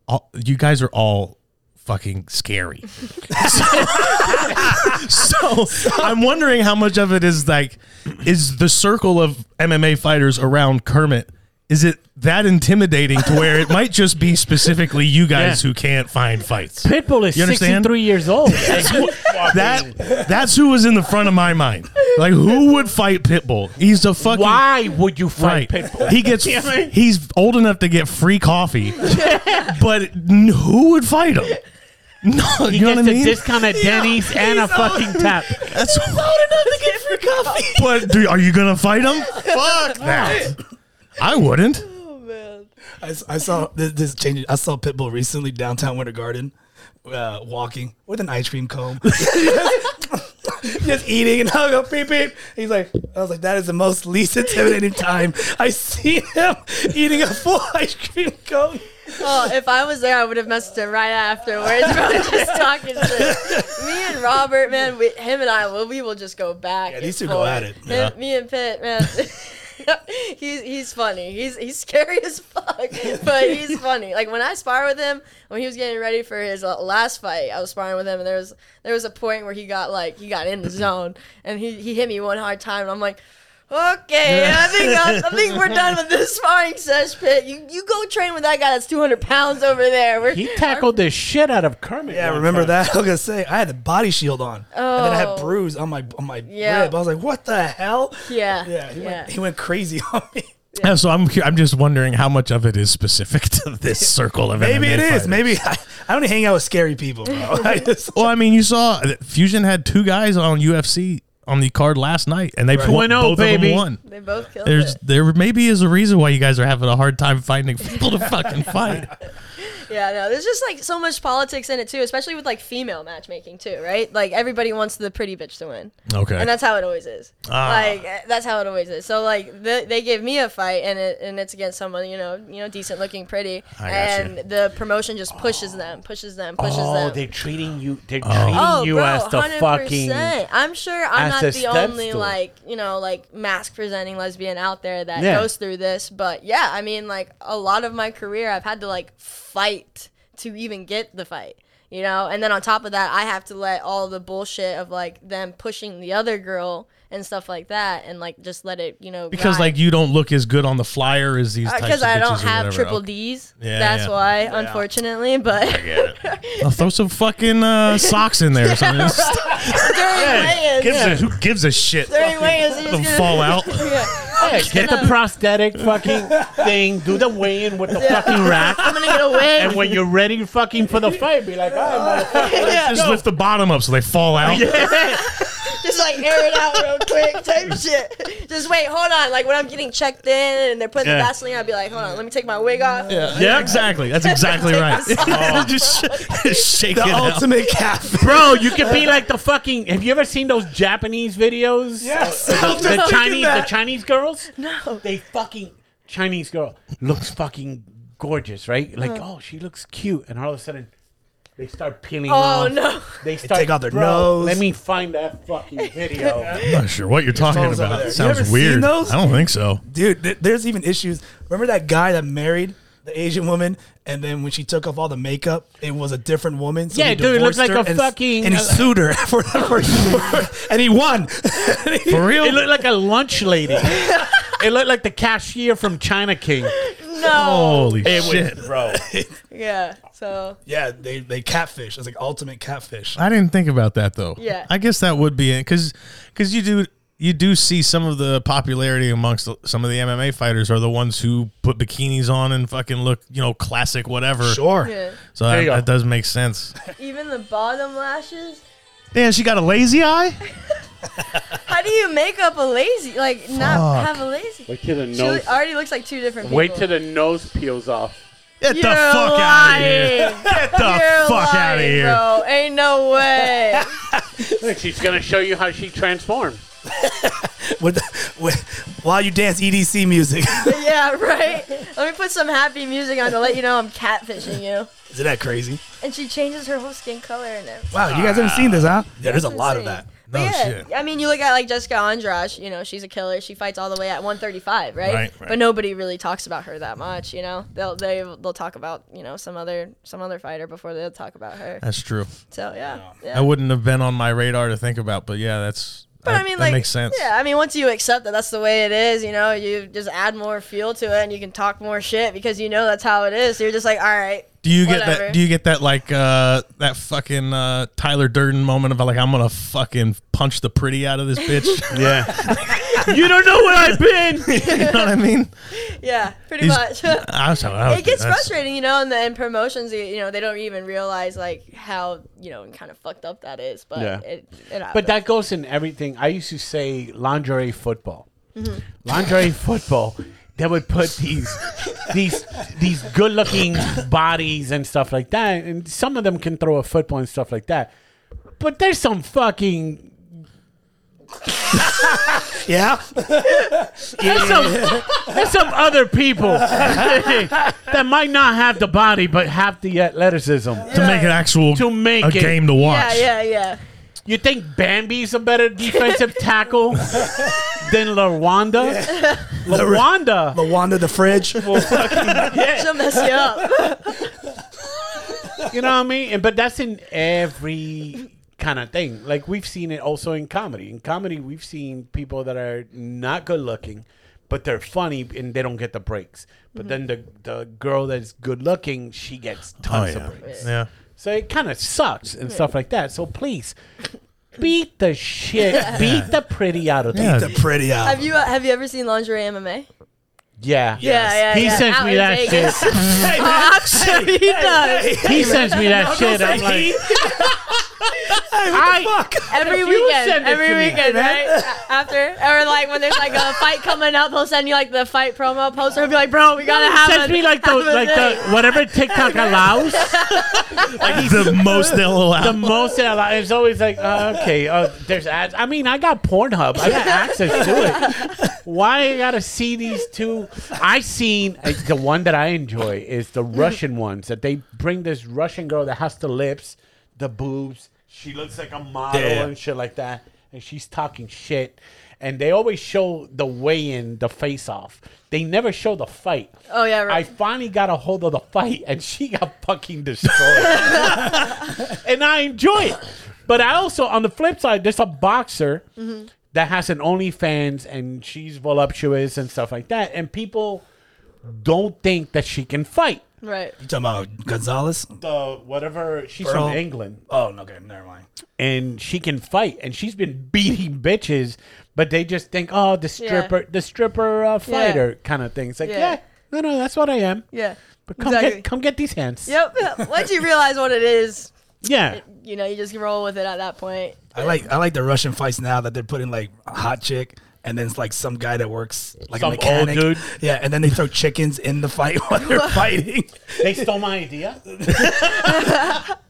S2: all, you guys are all fucking scary. so, so I'm wondering how much of it is like, is the circle of MMA fighters around Kermit? Is it that intimidating to where it might just be specifically you guys
S5: Yeah.
S2: who can't find fights?
S5: Pitbull is
S2: You understand?
S5: 63 years old. Like, you fucking-
S2: That that's who was in the front of my mind. Like who would fight Pitbull? He's a fucking
S5: Why would you
S2: right.
S5: fight Pitbull?
S2: He gets
S5: You know what I mean?
S2: he's old enough to get free coffee, but n- who would fight him? No,
S5: He
S2: you know what
S5: gets
S2: I mean.
S5: a discount at Denny's and a fucking tap.
S2: That's old enough to get free coffee. But do, are you gonna fight him? Fuck that. I wouldn't.
S4: I, s- I saw this, this change. I saw Pitbull recently downtown Winter Garden, uh, walking with an ice cream cone, just eating, and I go beep beep. He's like, I was like, that is the most least intimidating time I see him eating a full ice cream cone.
S3: Oh, if I was there, I would have messaged him right afterwards. bro, just talking shit. Me and Robert, man, we, him and I, well, we will just go back.
S4: Yeah, these
S3: and
S4: two go
S3: forth.
S4: at it.
S3: Him- Me and Pitt, man. he's he's funny. He's he's scary as fuck, but he's funny. Like when I spar with him, when he was getting ready for his uh, last fight, I was sparring with him, and there was there was a point where he got like he got in the zone, and he he hit me one hard time, and I'm like. Okay, I think I, I think we're done with this sparring sesh, Pitt. You you go train with that guy that's 200 pounds over there. We're,
S5: He tackled the shit out of Kermit.
S4: Yeah,
S5: one
S4: remember
S5: time.
S4: that? I was gonna say I had the body shield on, and then I
S3: Oh.
S4: had bruise on my on my
S3: Yeah.
S4: rib. I was like, what the hell?
S3: Yeah,
S4: yeah. He,
S3: yeah.
S4: Went, he went crazy on me.
S2: Yeah, So I'm cu- I'm just wondering how much of it is specific to this circle of
S4: Maybe
S2: MMA
S4: it is.
S2: fighters.
S4: Maybe I, I only hang out with scary people. Bro. I just-
S2: Well, I mean, you saw that Fusion had two guys on UFC on the card last night, and they won, both
S5: 2-0,
S2: of
S5: oh, baby.
S2: them won.
S3: they both killed
S2: There's
S3: it.
S2: there maybe is a reason why you guys are having a hard time finding people to fucking fight.
S3: Yeah, no, there's just like so much politics in it too, especially with like female matchmaking too, right? Like everybody wants the pretty bitch to win.
S2: Okay.
S3: And that's how it always is.
S2: Ah.
S3: Like eh, that's how it always is. So like the, they give me a fight and it and it's against someone you know you know decent looking pretty,
S2: I gotcha.
S3: and the promotion just pushes them, pushes them, pushes
S5: Oh,
S3: them.
S5: they're treating you. They're treating
S3: Oh,
S5: you
S3: bro,
S5: as the
S3: 100%.
S5: fucking.
S3: I'm sure I'm
S5: as
S3: not
S5: a
S3: the only
S5: stepstool.
S3: like you know like mask presenting lesbian out there that
S5: Yeah.
S3: goes through this, but yeah, I mean like a lot of my career I've had to like fight to even get the fight. You know, and then on top of that, I have to let all the bullshit of like them pushing the other girl and stuff like that, and like just let it, you know,
S2: Because like you don't look as good on the flyer as
S4: Uh,
S2: these. Because
S3: because I don't have triple D's.
S2: Yeah,
S3: that's
S2: yeah.
S3: why, unfortunately. But during
S2: I'll throw some fucking uh, socks in there or something.
S3: weigh-ins,
S2: Gives a- who gives a shit?
S3: during weigh-ins, you
S2: Let them
S3: just
S2: fall out.
S3: Yeah.
S5: Yeah, get the prosthetic fucking thing. Do the weigh-in with the fucking rack.
S3: I'm gonna get a wig.
S5: And when you're ready fucking for the fight, be like, all right, motherfucker.
S2: Just lift the bottom up so they fall out.
S3: just like air it out real quick type shit. Just wait, hold on. Like when I'm getting checked in and they're putting
S2: Yeah.
S3: the Vaseline, I'll be like, hold on, let me take my wig off.
S2: Yeah, exactly. That's exactly right. just sh- shake it
S4: The
S2: out.
S4: ultimate cafe.
S5: Bro, you could be like the fucking. Have you ever seen those Japanese videos?
S4: Yes.
S5: The,
S4: I'm just
S5: the
S4: thinking
S5: Chinese, the
S4: that.
S5: Chinese girls. No, they fucking Chinese girl looks fucking gorgeous, right? Like, oh, she looks cute, and all of a sudden, they start peeling
S3: Uh-huh. Oh
S5: off.
S3: no.
S5: They start
S4: take out their
S5: bro,
S4: nose.
S5: Let me find that fucking video.
S2: I'm not sure what you're talking
S4: phone's over
S2: about.
S4: there. You
S2: Sounds
S4: ever seen
S2: weird.
S4: those?
S2: I don't think so.
S4: dude. Th- there's even issues. Remember that guy that married the Asian woman, and then when she took off all the makeup, it was a different woman. So
S5: Yeah,
S4: he
S5: dude, it looked
S4: divorced
S5: like
S4: her
S5: a
S4: and-
S5: fucking-
S4: And he sued her for, for, for and he won.
S2: For real?
S5: It looked like a lunch lady. it looked like the cashier from China King.
S3: No.
S2: Holy
S5: It
S2: shit.
S5: was, bro.
S3: Yeah. So
S4: yeah, they they catfish. It's like ultimate catfish.
S2: I didn't think about that though.
S3: Yeah.
S2: I guess that would be it because because you do you do see some of the popularity amongst some of the MMA fighters are the ones who put bikinis on and fucking look you know classic whatever.
S4: Sure.
S3: yeah.
S2: So that,
S5: you go.
S2: that does make sense.
S3: Even the bottom lashes.
S2: Damn, she got a lazy eye.
S3: How do you make up a lazy like not have a lazy?
S5: Wait till the
S3: She
S5: nose.
S3: look- already looks like two different people.
S5: Wait till the nose peels off.
S2: Get the
S3: You're
S2: fuck out of here.
S3: lying.
S2: Get the
S3: You're
S2: fuck out of
S3: lying,
S2: here.
S3: bro. Ain't no way.
S5: Look, she's gonna show you how she transformed.
S4: With, with while you dance EDC music,
S3: yeah, right. Let me put some happy music on to let you know I'm catfishing you.
S4: isn't that crazy?
S3: And she changes her whole skin color and everything.
S4: Wow, you guys haven't seen this, huh? Yeah, there's a
S3: That's
S4: lot of
S3: insane.
S4: that.
S3: But
S2: No
S3: yeah,
S2: shit.
S3: I mean, you look at like Jessica Andrade, you know, she's a killer. She fights all the way at 135,
S2: Right,
S3: right?
S2: right.
S3: But nobody really talks about her that much, you know. They'll they they'll talk about, you know, some other some other fighter before they'll talk about her.
S2: That's true.
S3: So, yeah.
S2: That
S3: yeah.
S2: wouldn't have been on my radar to think about, but yeah, that's.
S3: But
S2: that,
S3: I mean,
S2: that
S3: like,
S2: makes sense.
S3: yeah. I mean, once you accept that that's the way it is, you know, you just add more fuel to it, and you can talk more shit because you know that's how it is. So you're just like, all right,
S2: Do you get
S3: Whatever.
S2: that? Do you get that like uh, that fucking uh, Tyler Durden moment of like I'm gonna fucking punch the pretty out of this bitch?
S5: Yeah. you don't know where I've been.
S2: you know what I mean?
S3: yeah, pretty
S2: He's-
S3: much.
S2: I was, I was-
S3: it gets
S2: that's-
S3: frustrating, you know, and then promotions, you you know, they don't even realize like how you know kind of fucked up that is. But
S5: Yeah.
S3: it, it
S5: But
S3: happens.
S5: that goes in everything. I used to say lingerie football. Lingerie football. They would put these these these good looking bodies and stuff like that. And some of them can throw a football and stuff like that. But there's some fucking
S4: Yeah,
S5: there's some, there's some other people that might not have the body but have the athleticism.
S2: to make an actual
S5: To make
S2: a
S5: it.
S2: game to watch.
S3: yeah, yeah, yeah.
S5: You think Bambi's a better defensive tackle than LaWanda? LaWanda.
S4: Lawanda the fridge.
S3: She'll mess you up.
S5: You know what I mean? And, but that's in every kind of thing. Like we've seen it also in comedy. In comedy, we've seen people that are not good looking, but they're funny and they don't get the breaks. But then the the girl that's good looking, she gets
S2: Oh
S5: tons
S2: yeah.
S5: of breaks.
S2: Yeah.
S5: So it kind of sucks and stuff like that. So please. Beat the shit, beat the pretty out of
S2: Yeah.
S5: them.
S4: the pretty out.
S3: Have you uh, have you ever seen lingerie MMA?
S5: Yeah.
S3: Yeah, yeah.
S5: He
S3: yeah.
S5: sent
S3: Out
S5: me
S3: in
S5: that shit.
S3: Vegas. I'm sure he does.
S5: He sends me that shit. I'm like, I,
S3: Every
S5: You
S3: weekend,
S5: send it
S3: every
S5: to me.
S3: weekend, right? A- After or like when there's like a fight coming up, he'll send you like the fight promo poster and be like, "Bro, we gotta have."
S5: sends
S3: a-
S5: me like the
S3: have a
S5: like
S3: thing."
S5: the whatever TikTok allows
S2: Like the most they'll allow.
S5: the most. It allows. It's always like, uh, okay, uh, there's ads. I mean, I got Pornhub. I got access to it. Why I gotta see these two? I seen uh, the one that I enjoy is the Russian ones that they bring this Russian girl that has the lips, the boobs. She looks like a model
S4: Yeah.
S5: and shit like that, and she's talking shit. And they always show the weigh-in, the face-off. They never show the fight.
S3: Oh yeah,
S5: I
S3: right.
S5: finally got a hold of the fight, and she got fucking destroyed. and I enjoy it. But I also, on the flip side, there's a boxer that has an OnlyFans and she's voluptuous and stuff like that, and people don't think that she can fight.
S3: Right.
S4: You talking about Gonzalez?
S5: The whatever she's
S4: Pearl.
S5: from England
S4: Oh, no, okay, never mind.
S5: and she can fight and she's been beating bitches, but they just think, oh, the stripper, the stripper uh, fighter kind of thing. It's like,
S3: Yeah.
S5: yeah. no, no, that's what I am.
S3: Yeah.
S5: But come
S3: Exactly.
S5: get, come get these hands.
S3: Yep. Once you realize what it is,
S5: Yeah.
S3: you know, you just roll with it at that point.
S4: I like I like the Russian fights now that they're putting like a hot chick and then it's like some guy that works like a
S5: Some old
S4: mechanic.
S5: dude.
S4: Yeah, and then they throw chickens in the fight while they're fighting.
S5: They stole my idea.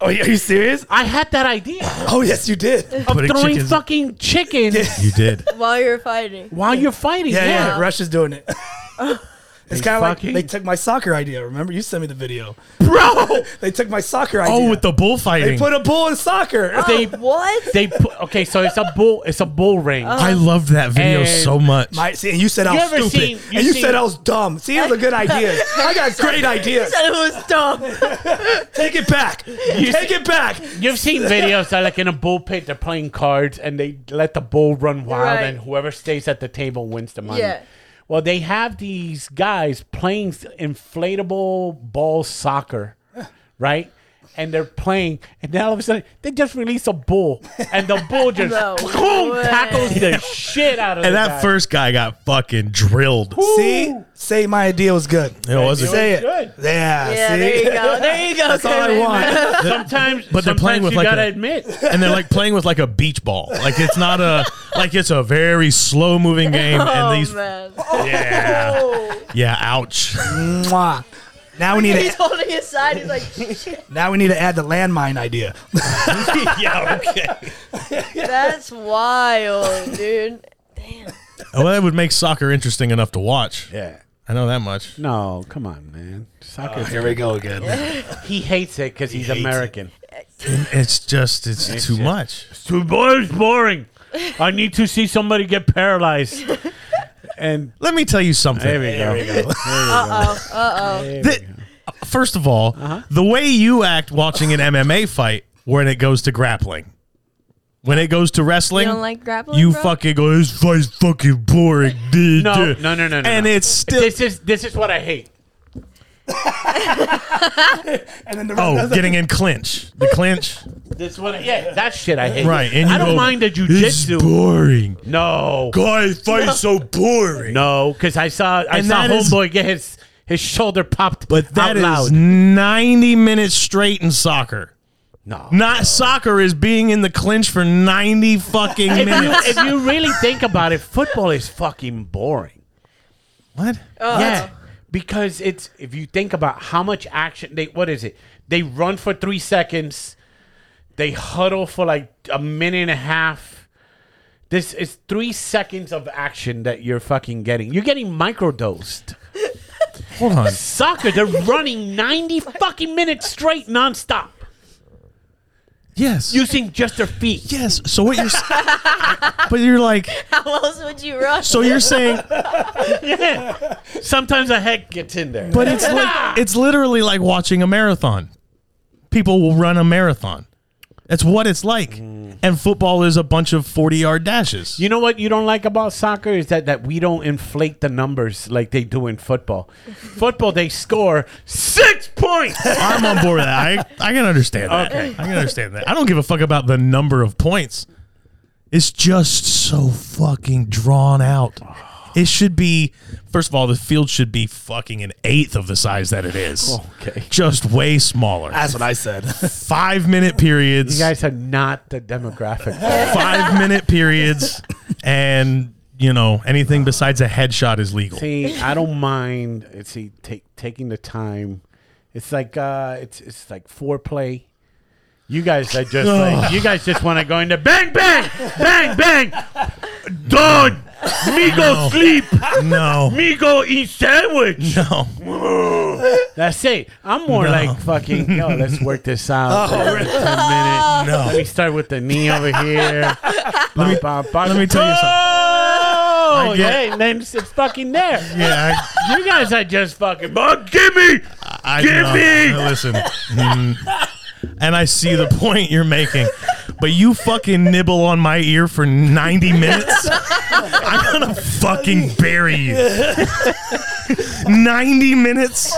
S4: Oh, yeah, are you serious?
S5: I had that idea
S4: Oh, yes, you did.
S5: of
S2: Putting
S5: throwing
S2: chickens-
S5: fucking chickens
S2: You did.
S3: While you're fighting.
S5: while you're fighting.
S4: Yeah,
S5: Yeah.
S4: yeah, Russia's doing it. It's kind of like
S5: fucking-
S4: they took my soccer idea. Remember, you sent me the video.
S5: Bro,
S4: They took my soccer idea.
S2: Oh, with the
S4: they
S2: bullfighting.
S4: put a bull in soccer.
S5: They-
S3: Oh, what?
S5: they put okay. So it's a bull. It's a bull ring.
S3: Oh.
S2: I loved that video
S5: And-
S2: so much.
S4: My, see, and you said I
S5: You
S4: was
S5: ever
S4: stupid,
S5: seen- you
S4: and you
S5: seen-
S4: said I was dumb. See, those are good ideas. I got great ideas.
S3: Said it was dumb.
S4: Take it back. Take it back.
S5: You've seen videos that like in a bull pit, they're playing cards and they let the bull run wild,
S3: Right.
S5: and whoever stays at the table wins the money.
S3: Yeah.
S5: Well, they have these guys playing s- inflatable ball soccer, right? And they're playing, and then all of a sudden they just release a bull, and the bull just
S3: No
S5: boom,
S3: way.
S5: tackles the shit out of
S2: and
S5: the
S2: that
S5: guy.
S2: first guy got fucking drilled.
S4: See, say my idea was good.
S2: It wasn't.
S4: Say it.
S5: good.
S4: Yeah.
S3: Yeah,
S4: see?
S3: there you
S5: Oh,
S3: go. There you go.
S4: That's all I
S3: Kevin.
S4: want.
S5: Sometimes,
S2: But they're playing
S5: sometimes
S2: with
S5: you
S2: like
S5: gotta
S2: a-
S5: admit.
S2: and they're like playing with like a beach ball. Like it's not a like it's a very slow moving game.
S3: Oh,
S2: and these
S3: man.
S2: yeah
S3: Oh.
S2: yeah ouch.
S4: Mwah. Now we need
S3: He's
S4: to
S3: holding his side. He's like, shit,
S4: now we need to add the landmine idea.
S2: yeah okay.
S3: that's wild, dude. Damn.
S2: Well, that would make soccer interesting enough to watch.
S5: Yeah.
S2: I know that much.
S5: No, come on, man. Soccer.
S4: Here we go again.
S5: Uh, he hates it because he's
S4: hates it.
S5: American.
S2: It's just it's, too
S5: just-
S2: much.
S5: too boring. boring. I need to see somebody get paralyzed. And
S2: Let me tell you something.
S5: there we go.
S3: Uh-oh. Uh-oh.
S2: Th- first of all,
S5: Uh-huh.
S2: the way you act watching an MMA fight when it goes to grappling. When it goes to wrestling,
S3: You don't like grappling,
S2: you
S3: bro?
S2: fucking go. This fight's fucking boring, dude.
S5: No, no, no, no, no,
S2: And
S5: no.
S2: it's still
S5: This is this is what I hate.
S4: and then the
S2: Oh, getting in clinch. The clinch.
S5: This is what I, yeah, that shit I hate.
S2: Right. And
S5: I
S2: you
S5: don't
S2: go,
S5: mind the
S2: It's
S5: jujitsu.
S2: boring.
S5: no,
S2: Guys, fight is so boring.
S5: no, because I saw I
S2: And
S5: saw
S2: that is-
S5: homeboy get his his shoulder popped,
S2: But that
S5: out
S2: is
S5: loud.
S2: 90 minutes straight in soccer.
S5: no.
S2: Not soccer is being in the clinch for 90 fucking
S5: If you,
S2: minutes.
S5: if you really think about it, football is fucking boring.
S2: what?
S3: Oh,
S5: Yeah, because it's if you think about how much action they what is it? They run for three seconds, they huddle for like a minute and a half. This is three seconds of action that you're fucking getting. You're getting microdosed.
S2: Hold on.
S5: Soccer, they're running ninety fucking minutes straight, nonstop,
S2: Yes.
S5: using just their feet.
S2: yes. So what you're s- But you're like
S3: How else would you run?
S2: so you're saying
S5: Yeah. Sometimes a head gets in there.
S2: but it's like it's literally like watching a marathon. People will run a marathon. That's what it's like. And football is a bunch of 40-yard dashes.
S5: You know what you don't like about soccer is that, that we don't inflate the numbers like they do in football. football, they score six points.
S2: I'm on board with that. I, I can understand that.
S5: Okay.
S2: I can understand that. I don't give a fuck about the number of points. It's just so fucking drawn out. It should be, first of all, the field should be fucking an eighth of the size that it is.
S5: Okay.
S2: Just way smaller.
S4: That's what I said.
S2: Five minute periods.
S5: You guys are not the demographic.
S2: Five minute periods. And, you know, anything besides a headshot is legal.
S5: see, I don't mind. eh, See, take, taking the time. It's like uh, it's it's like foreplay. You guys are just like you guys just want to go into bang bang bang bang. Done. Me go sleep.
S2: No.
S5: Me go eat sandwich.
S2: No.
S5: That's it. I'm more
S2: No. Oh.
S5: like fucking. Yo, let's work this out. Ten minutes.
S2: No.
S5: Let me start with the knee over here. let me.
S2: Let me tell you something.
S5: Oh,
S2: I get-
S5: yeah, and then it's it's fucking there.
S2: Yeah. I,
S5: You guys are just fucking. But give me.
S2: I
S5: Give
S2: know.
S5: me-
S2: Listen, mm, and I see the point you're making, but you fucking nibble on my ear for 90 minutes, I'm gonna fucking bury you. 90 minutes?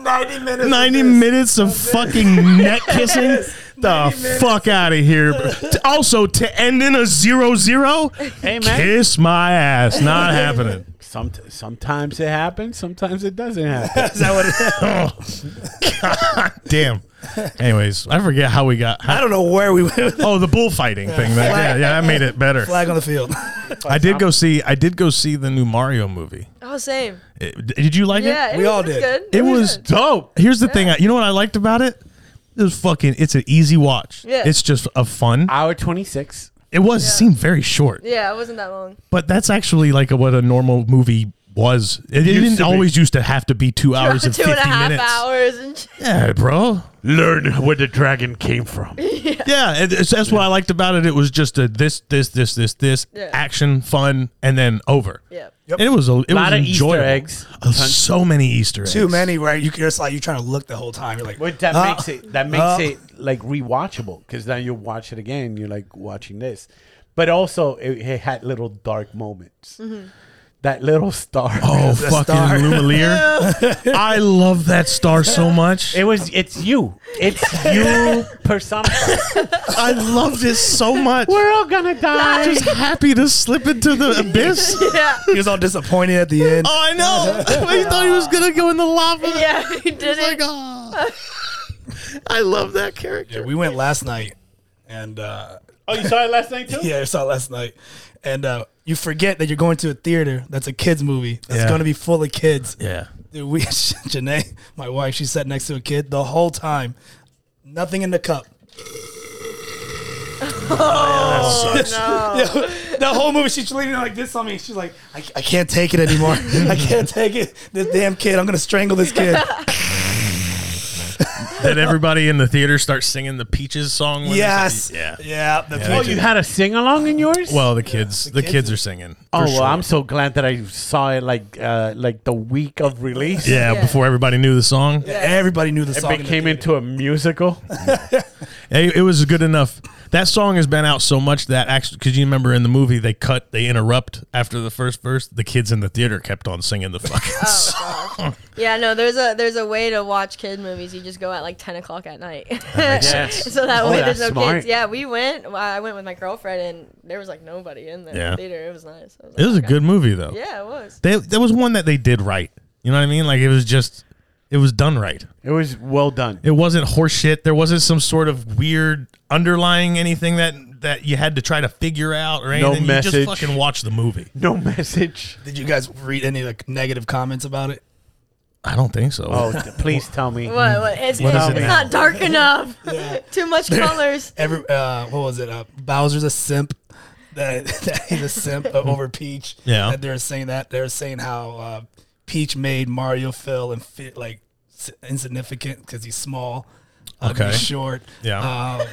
S4: 90 minutes.
S2: 90 minutes of fucking neck kissing? The fuck out of here. Also, to end in a zero zero,
S5: Hey, man.
S2: kiss my ass. Not happening.
S5: Some, sometimes it happens, sometimes it doesn't happen.
S4: Is that what it,
S2: Oh, God damn. Anyways, I forget how we got.
S4: I don't know where we went. with that.
S2: oh, the bullfighting thing. That, yeah, yeah, that made it better.
S4: Flag on the field.
S2: I did go see. I did go see the new Mario movie.
S3: Oh, same.
S2: It- did you like
S3: Yeah,
S2: it?
S3: it
S4: We
S3: was,
S4: all
S3: it's
S4: did.
S3: Good.
S2: It was
S3: good.
S2: dope. Here's the thing. I, you know what I liked about it? It was fucking. It's an easy watch.
S3: Yeah.
S2: It's just a fun.
S5: Hour 26.
S2: It was seemed very short,
S3: Yeah, it wasn't that long.
S2: but that's actually like a, what a normal movie was. It, it
S5: Used
S2: didn't
S5: to be.
S2: always used to have to be two hours and
S3: Two and a
S2: fifty
S3: half
S2: minutes.
S3: hours. And
S2: Yeah, bro.
S5: Learn where the dragon came from.
S2: Yeah, it, it's, that's what I liked about it. It was just a this, this, this, this, this
S3: Yeah.
S2: action, fun, and then over.
S3: yeah.
S2: And it was a it
S5: A lot
S2: was
S5: of
S2: enjoyable.
S5: Easter eggs.
S2: Uh, so many Easter eggs.
S4: Too many where you, you're just like, you're trying to look the whole time. You're like,
S5: But that
S4: "Ah,
S5: makes it that makes
S4: ah."
S5: it like rewatchable because now you watch it again. You're like watching this, but also it, it had little dark moments.
S3: Mm-hmm.
S5: That little star.
S2: Oh
S4: the
S2: fucking
S4: star.
S2: Lumalier! I love that star so much.
S5: It was. It's you. It's you personified.
S2: I love this so much.
S5: We're all gonna die.
S2: Just happy to slip into the abyss.
S3: Yeah.
S4: He was all disappointed at the end.
S2: Oh, I know. He thought he was gonna go in the lava.
S3: Yeah, he did
S2: Like,
S3: it.
S2: ah. I love that character.
S4: Yeah, we went last night, and uh,
S5: oh, you saw it last night too.
S4: yeah, I saw it last night, and uh, you forget that you're going to a theater that's a kids movie that's
S2: Yeah.
S4: going to be full of kids.
S2: Yeah.
S4: Dude, we Janae, my wife, she sat next to a kid the whole time, nothing in the cup.
S2: Oh,
S3: No.
S4: Yo, the whole movie, she's leaning like this on me. She's like, I, I can't take it anymore. I can't take it. This damn kid, I'm gonna strangle this kid.
S2: Did everybody in the theater start singing the Peaches song? when they-
S4: yes,
S2: Yeah.
S4: yeah. The
S2: Yeah.
S5: Oh, you had a sing along in yours.
S2: Well, the kids, the,
S4: kids
S2: kids, are singing. for
S5: Oh well,
S2: sure.
S5: I'm so glad that I saw it like uh, like the week of release.
S2: Yeah,
S3: Yeah.
S2: before everybody knew the song,
S4: everybody knew the
S5: It
S4: song. in the
S5: became
S4: theater.
S5: into a musical.
S2: it, it was good enough. That song has been out so much that actually, because you remember in the movie they cut, they interrupt after the first verse. The kids in the theater kept on singing the fucking. song.
S3: Yeah, no. There's a there's a way to watch kid movies. You just go at like ten o'clock at night.
S5: sense.
S3: so that
S5: Oh,
S3: way
S5: that's
S3: there's no
S5: smart.
S3: kids. Yeah, we went. well, I went with my girlfriend, and there was like nobody in the
S2: Yeah.
S3: theater. It was nice. I
S2: It was a
S3: like,
S2: good movie though.
S3: Yeah, it was.
S2: They, there was one that they did right. You know what I mean? Like it was just, it was done right.
S5: It was well done.
S2: It wasn't horseshit. There wasn't some sort of weird underlying anything that that you had to try to figure out or anything. You
S5: message.
S2: just fucking watch the movie.
S5: No message.
S4: Did you guys read any like negative comments about it?
S2: I don't think so.
S5: Oh, d- please tell me.
S3: What, what, it's
S2: What
S3: it's,
S2: is it
S3: it's
S2: now?
S3: not dark enough. Too much colors.
S4: Every uh, what was it? Uh, Bowser's a simp. That, that he's a simp uh, over Peach.
S2: Yeah.
S4: That they're saying that they're saying how uh, Peach made Mario feel and fit like s- insignificant because he's small. uh,
S2: Okay.
S4: he's short.
S2: Yeah.
S4: Um,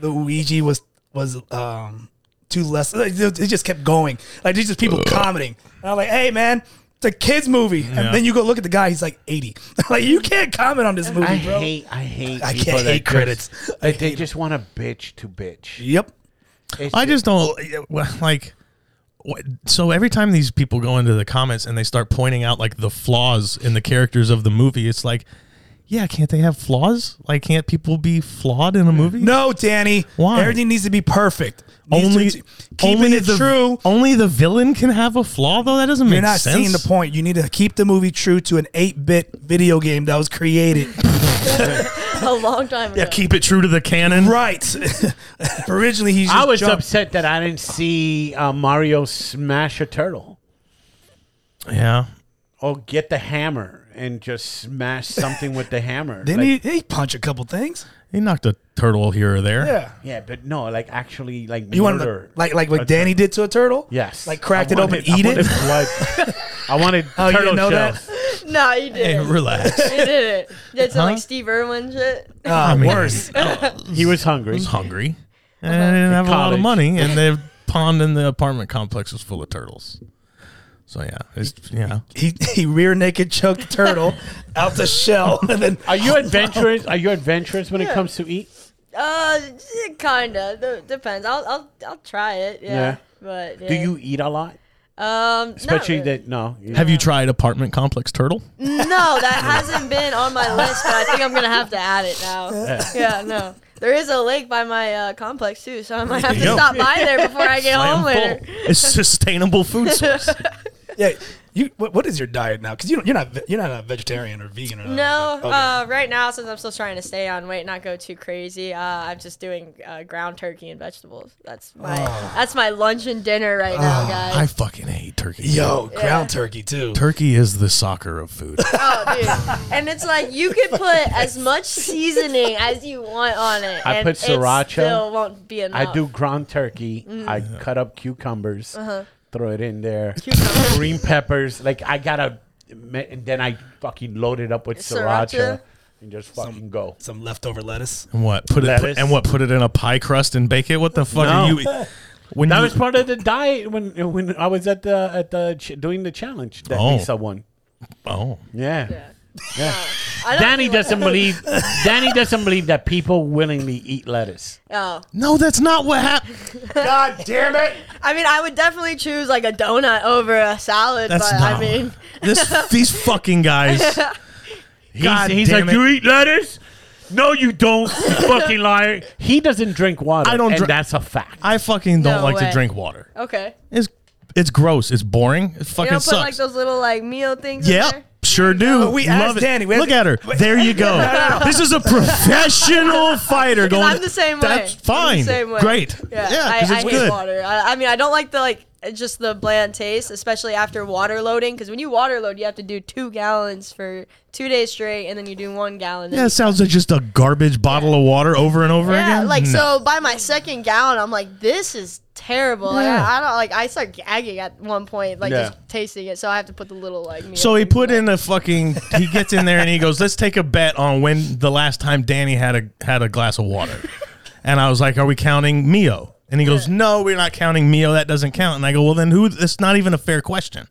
S4: Luigi was was um too less. Like, it it just kept going. Like these just people commenting. And I'm like, hey man. It's a kids movie,
S2: Yeah.
S4: and then you go look at the guy. He's like eighty. like you can't comment on this movie,
S5: I
S4: bro.
S5: hate, I hate.
S4: I
S5: people
S4: can't
S5: that
S4: hate
S5: just-
S4: credits.
S5: that they just want to bitch to bitch.
S4: Yep.
S5: It's
S2: I just don't well, like. what- So every time these people go into the comments and they start pointing out like the flaws in the characters of the movie, it's like, yeah, can't they have flaws? Like, can't people be flawed in a movie?
S4: No, Danny.
S2: Why?
S4: Everything needs to be perfect. Needs
S2: only
S4: to- keeping
S2: only
S4: it
S2: the
S4: true.
S2: only the villain can have a flaw though. That doesn't
S4: You're
S2: make
S4: not
S2: sense.
S4: seeing the point. You need to keep the movie true to an 8-bit video game that was created.
S3: A long time ago.
S2: Yeah, keep it true to the canon.
S4: right. Originally, he's. Just
S5: I was
S4: jumped-
S5: upset that I didn't see uh, Mario smash a turtle
S2: Yeah.
S5: or get the hammer and just smash something with the hammer.
S4: Didn't
S5: Like,
S4: he, he punch a couple things?
S2: He knocked a turtle here or there.
S4: Yeah.
S5: Yeah, but no, like actually, like
S4: You want
S5: murder.
S4: to, like like what Danny did to a turtle?
S5: yes,
S4: Like cracked it
S5: I
S4: open,
S5: wanted- I
S4: eat it.
S5: wanted blood. I wanted
S4: Oh, you
S5: turtle
S4: didn't know that?
S5: shells.
S3: No, you
S2: Hey,
S3: didn't.
S2: relax.
S4: Uh,
S3: you did it. Did some
S2: Huh? Uh,
S3: like Steve Irwin shit.
S4: Oh,
S2: I mean-
S4: worse.
S5: He was hungry.
S2: was hungry and I didn't have a lot of
S5: College.
S2: money, and the pond in the apartment complex was full of turtles. So yeah, it's yeah.
S4: He he rear naked choked the turtle out the shell and then
S5: Are you adventurous? Are you adventurous when it
S3: Yeah.
S5: comes to eat?
S3: Uh, kinda. Th- depends. I'll I'll I'll try it. Yeah.
S5: Yeah.
S3: But yeah.
S5: Do you eat a lot?
S3: Um, not
S5: Especially
S3: really.
S5: that no. you-
S2: Have you tried apartment complex turtle?
S3: No, that hasn't been on my list, but I think I'm gonna have to add it now. Yeah, no. There is a lake by my uh, complex too, so I might have to
S2: you go.
S3: stop by there before I get
S2: Slam
S3: home later.
S2: full. It's sustainable food source.
S4: Yeah. You what, what is your diet now? Because you don't, you're not ve- you're not a vegetarian or vegan or
S3: No,
S5: Oh,
S3: uh, right now since I'm still trying to stay on weight, not go too crazy, uh, I'm just doing uh, ground turkey and vegetables. That's my
S5: Oh.
S3: that's my lunch and dinner right now, guys.
S2: I fucking hate turkey.
S4: Yo, ground turkey too.
S2: Turkey is the soccer of food.
S3: Oh, dude. And it's like you could put as much seasoning as you want on it.
S5: I
S3: and
S5: put sriracha.
S3: It still won't be enough.
S5: I do ground turkey. I cut up cucumbers, throw it in there. Green peppers. Like I gotta, ma- and then I fucking load it up with sriracha,
S3: Sriracha?
S5: and just fucking go.
S4: Some leftover lettuce.
S2: And what? Put it
S5: Lettuce.
S2: and what? Put it in a pie crust and bake it. What the fuck are
S5: No.
S2: you? e-? When
S5: That
S2: you,
S5: was part of the diet when when I was at the at the ch- doing the challenge that
S2: Oh.
S5: Lisa won.
S2: oh,
S5: Yeah.
S3: Yeah. I don't
S5: Danny
S3: think like-
S5: doesn't believe Danny doesn't believe that people willingly eat lettuce.
S3: Oh.
S2: no, that's not what happened.
S5: God damn it!
S3: I mean, I would definitely choose like a donut over a salad,
S2: That's
S3: but
S2: not.
S3: I mean,
S2: This these fucking guys. God
S5: he's he's
S2: damn
S5: like,
S2: it.
S5: you eat lettuce? No, you don't. You fucking liar. He doesn't drink water.
S2: I don't
S5: And
S2: drink-
S5: that's a fact.
S2: I fucking don't
S3: No
S2: like to
S3: way.
S2: drink water.
S3: okay.
S2: It's it's gross. It's boring. It
S3: You
S2: fucking
S3: don't put like
S2: sucks.
S3: those little like meal things. in
S2: Yep,
S3: there?
S2: sure do.
S4: we
S2: Love
S4: asked
S2: it.
S4: Danny, we
S2: Look at
S4: asked-
S2: her. There you go. This is a professional fighter going.
S3: I'm the same way.
S2: That's
S3: I'm the
S2: fine.
S3: same way.
S2: Great.
S3: Yeah,
S2: Yeah,
S3: I,
S2: because
S3: I
S2: it's
S3: hate
S2: good.
S3: water. I, I mean, I don't like the like just the bland taste, especially after water loading. Because when you water load, you have to do two gallons for two days straight, and then you do one gallon.
S2: Yeah, it sounds like just a garbage bottle of water over and over
S3: Yeah,
S2: again.
S3: like
S2: No.
S3: so. By my second gallon, I'm like, this is terrible. Like,
S2: Yeah.
S3: I, I don't like. I start gagging at one point, like
S5: Yeah.
S3: just tasting it. So I have to put the little like. meal
S2: So he
S3: things
S2: put in a fucking. He gets in there and he goes, "Let's take a bet on when the last time Danny had a had a glass of water." And I was like, "Are we counting Mio?" And he goes, "No, we're not counting Mio. That doesn't count." And I go, "Well, then who? That's not even a fair question,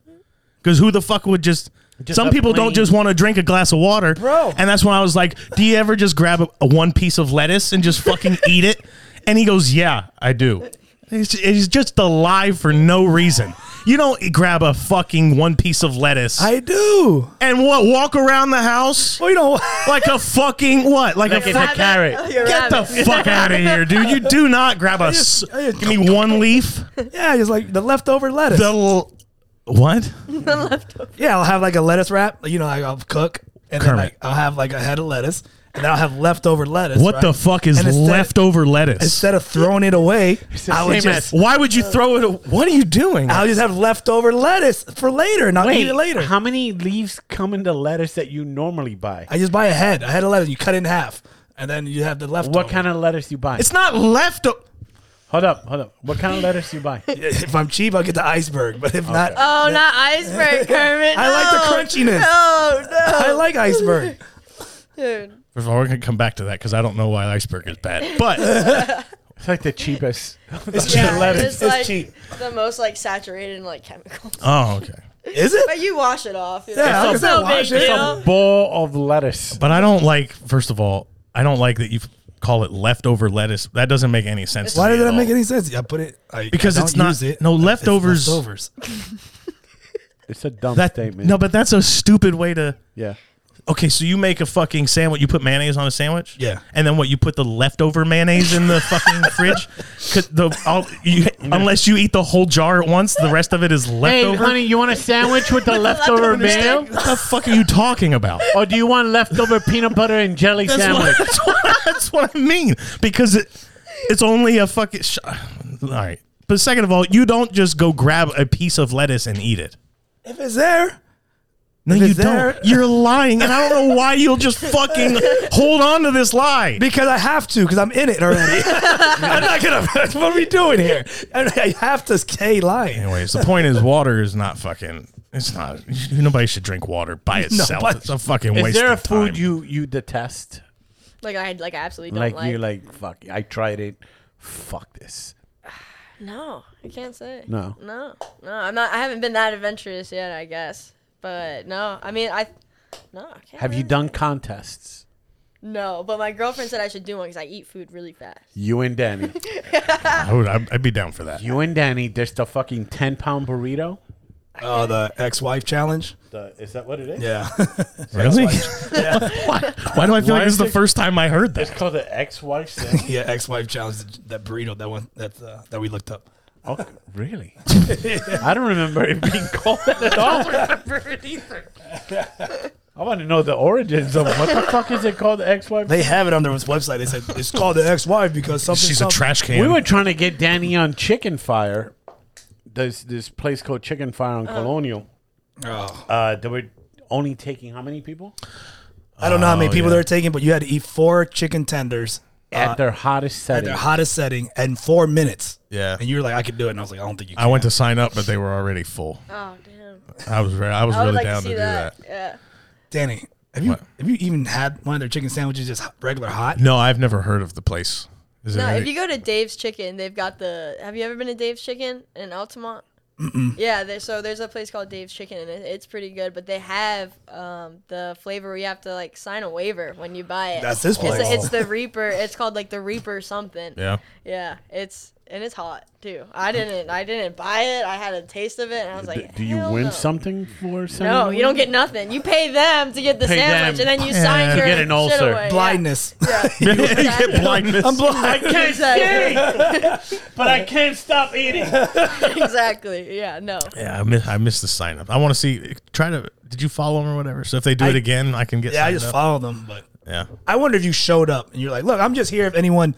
S2: because who the fuck would just."
S5: Just
S2: Some
S5: a
S2: people don't
S5: plain-
S2: just want to drink a glass of water, bro. And that's when I was like, "Do you ever just grab a, a one piece of lettuce and just fucking eat it?" And he goes, "Yeah, I do." It's, it's just a lie for no reason. You don't grab a fucking one piece of lettuce
S4: I do.
S2: and what walk around the house
S4: Well, you know,
S2: like a fucking what like,
S5: Like
S2: a
S5: it's a
S2: fuck,
S5: carrot.
S3: You're
S2: get the
S3: rabbit.
S2: fuck out of here dude you do not grab a s-
S4: I just-
S2: give me one leaf
S4: yeah, just like the leftover lettuce.
S2: the l- what
S4: yeah, I'll have like a lettuce wrap. You know, like I'll cook, and then
S2: Kermit.
S4: like I'll have like a head of lettuce, and then I'll have leftover lettuce.
S2: what
S4: right?
S2: the fuck is
S4: And instead-
S2: leftover lettuce
S4: Instead of throwing it away, I would
S5: same
S4: just
S2: why would you throw it a- what are you doing
S4: I'll just have leftover lettuce for later, and I'll
S5: Wait,
S4: eat it later.
S5: how many leaves come in the lettuce that you normally buy?
S4: I just buy a head, a head of lettuce. You cut it in half, and then you have the leftover.
S5: What kind of lettuce you buy?
S2: it's not leftover
S5: hold up, hold up. What kind of lettuce you buy?
S4: If I'm cheap, I'll get the iceberg, but if not,
S3: Oh, not iceberg, Kermit.
S4: I like the
S3: no.
S4: crunchiness.
S3: No, no,
S4: I like iceberg.
S3: dude.
S2: we're gonna come back to that because I don't know why iceberg is bad but
S5: It's like the cheapest.
S4: It's
S3: Yeah,
S4: lettuce.
S3: it's,
S4: It's
S3: like
S4: cheap.
S3: the most like saturated in like chemicals.
S2: oh okay
S4: Is it?
S3: But you wash it off. you know?
S4: Yeah,
S3: it's
S4: I
S3: no
S4: can
S3: big
S4: wash it.
S5: a
S3: deal.
S5: bowl of lettuce.
S2: but I don't like first of all I don't like that you f- call it leftover lettuce that doesn't make any sense to
S4: Why
S2: me
S4: did
S2: at
S4: that make
S2: all.
S4: any sense? I put it I,
S2: Because
S4: I
S2: it's
S4: don't
S2: not-
S4: use it.
S2: no,
S4: It's
S2: leftovers-
S4: leftovers.
S5: It's a dumb
S2: that
S5: statement.
S2: no but that's a stupid way to
S5: Yeah.
S2: Okay, so you make a fucking sandwich. You put mayonnaise on a sandwich.
S4: Yeah.
S2: and then what? You put the leftover mayonnaise in the fucking fridge. 'Cause the all, you, unless you eat the whole jar at once, the rest of it is
S5: Hey,
S2: leftover.
S5: honey, you want a sandwich with the leftover
S3: leftover
S5: mayo?
S2: what the fuck are you talking about?
S5: Or do you want leftover peanut butter and jelly
S2: That's what,
S5: sandwich?
S2: that's, what, that's what I mean because it, it's only a fucking. Sh- all right, but second of all, you don't just go grab a piece of lettuce and eat it.
S4: If it's there,
S2: No,
S4: If
S2: you
S4: it's there-
S2: don't. You're lying, and I don't know why you'll just fucking hold on to this lie.
S4: because I have to, because I'm in it already. I'm not gonna. What are we doing here? And I have to stay lying.
S2: Anyways, the point is, water is not fucking. It's not. Nobody should drink water by itself.
S4: but-
S2: it's a fucking
S5: Is
S2: waste.
S5: there a
S2: of
S5: food
S2: time.
S5: you you detest?
S3: Like I like I absolutely don't
S5: Like,
S3: like.
S5: you like fuck. I tried it. Fuck this.
S3: No, I can't say.
S5: No.
S3: No, no. I'm not. I haven't been that adventurous yet. I guess. But no, I mean I. No, I can't.
S5: Have you
S3: really-
S5: done contests?
S3: No, but my girlfriend said I should do one because I eat food really fast.
S5: You and Danny.
S2: I would, I'd, I'd be down for that.
S5: You and Danny. There's the fucking ten pound burrito.
S4: Oh, the ex-wife challenge.
S5: The, is that what it is?
S4: Yeah,
S2: Really?
S4: yeah,
S2: Why? Why do I feel
S5: Why
S2: like this is
S5: is
S2: the
S5: it-
S2: first time I heard
S5: It's
S2: that?
S5: called the ex-wife thing.
S4: yeah. Ex-wife challenge. That burrito. That one. That uh, that we looked up.
S5: oh, really? I don't remember it being called that at all. I want to know the origins of what the fuck is it called? The ex-wife.
S4: They have it on their website. They said it's called the ex-wife because something.
S2: She's a
S4: something.
S2: trash can.
S5: We were trying to get Danny on Chicken Fire. There's this place called Chicken Fire
S3: Uh.
S5: on Colonial.
S4: Oh.
S5: Uh, they were only taking how many people
S4: I don't know how many
S2: Oh,
S4: people
S2: yeah.
S4: they were taking, but you had to eat four chicken tenders uh,
S5: Uh, at their hottest
S4: at
S5: setting?
S4: their hottest setting and four minutes.
S2: Yeah.
S4: and you were like, I could do it, and I was like, I don't think you. Can.
S2: I went to sign up, but they were already full.
S3: Oh damn!
S2: I was re- I was
S3: I would
S2: really
S3: like to
S2: down to,
S3: see
S2: do that.
S3: that. Yeah.
S4: Danny, have you
S2: What?
S4: have you even had one of their chicken sandwiches just hot- regular hot?
S2: No, I've never heard of the place. Is
S3: No,
S2: it?
S3: if you go to Dave's Chicken, they've got the. Have you ever been to Dave's Chicken in Altamont? mm Yeah, there, so there's a place called Dave's Chicken, and it, it's pretty good. But they have um, the flavor where you have to like sign a waiver when you buy it.
S4: That's this
S3: It's,
S4: place.
S3: it's the Reaper. It's called like the Reaper something.
S2: yeah.
S3: Yeah, it's and it's hot too. I didn't. I didn't buy it. I had a taste of it, and I was like,
S5: D- do you
S3: "Hell
S5: win
S3: no."
S5: something for something?
S3: No, you don't get nothing. You pay them to get the
S5: Pay
S3: sandwich,
S5: them.
S3: and then you
S2: Yeah.
S3: sign
S2: You
S3: your
S5: get an
S3: shit
S5: ulcer.
S3: away.
S4: Blindness.
S3: Yeah. Yeah.
S2: you get
S3: Exactly.
S2: blindness.
S4: I'm blind.
S5: can't
S3: Exactly.
S5: but I can't stop eating.
S3: exactly. Yeah. No.
S2: Yeah, I miss, I missed the sign up. I want to see. Try to. Did you follow them or whatever? So if they do it again, I can get.
S4: Yeah, I
S2: signed
S4: just
S2: up.
S4: followed them, but
S2: Yeah.
S4: I wonder if you showed up and you're like, look, I'm just here if anyone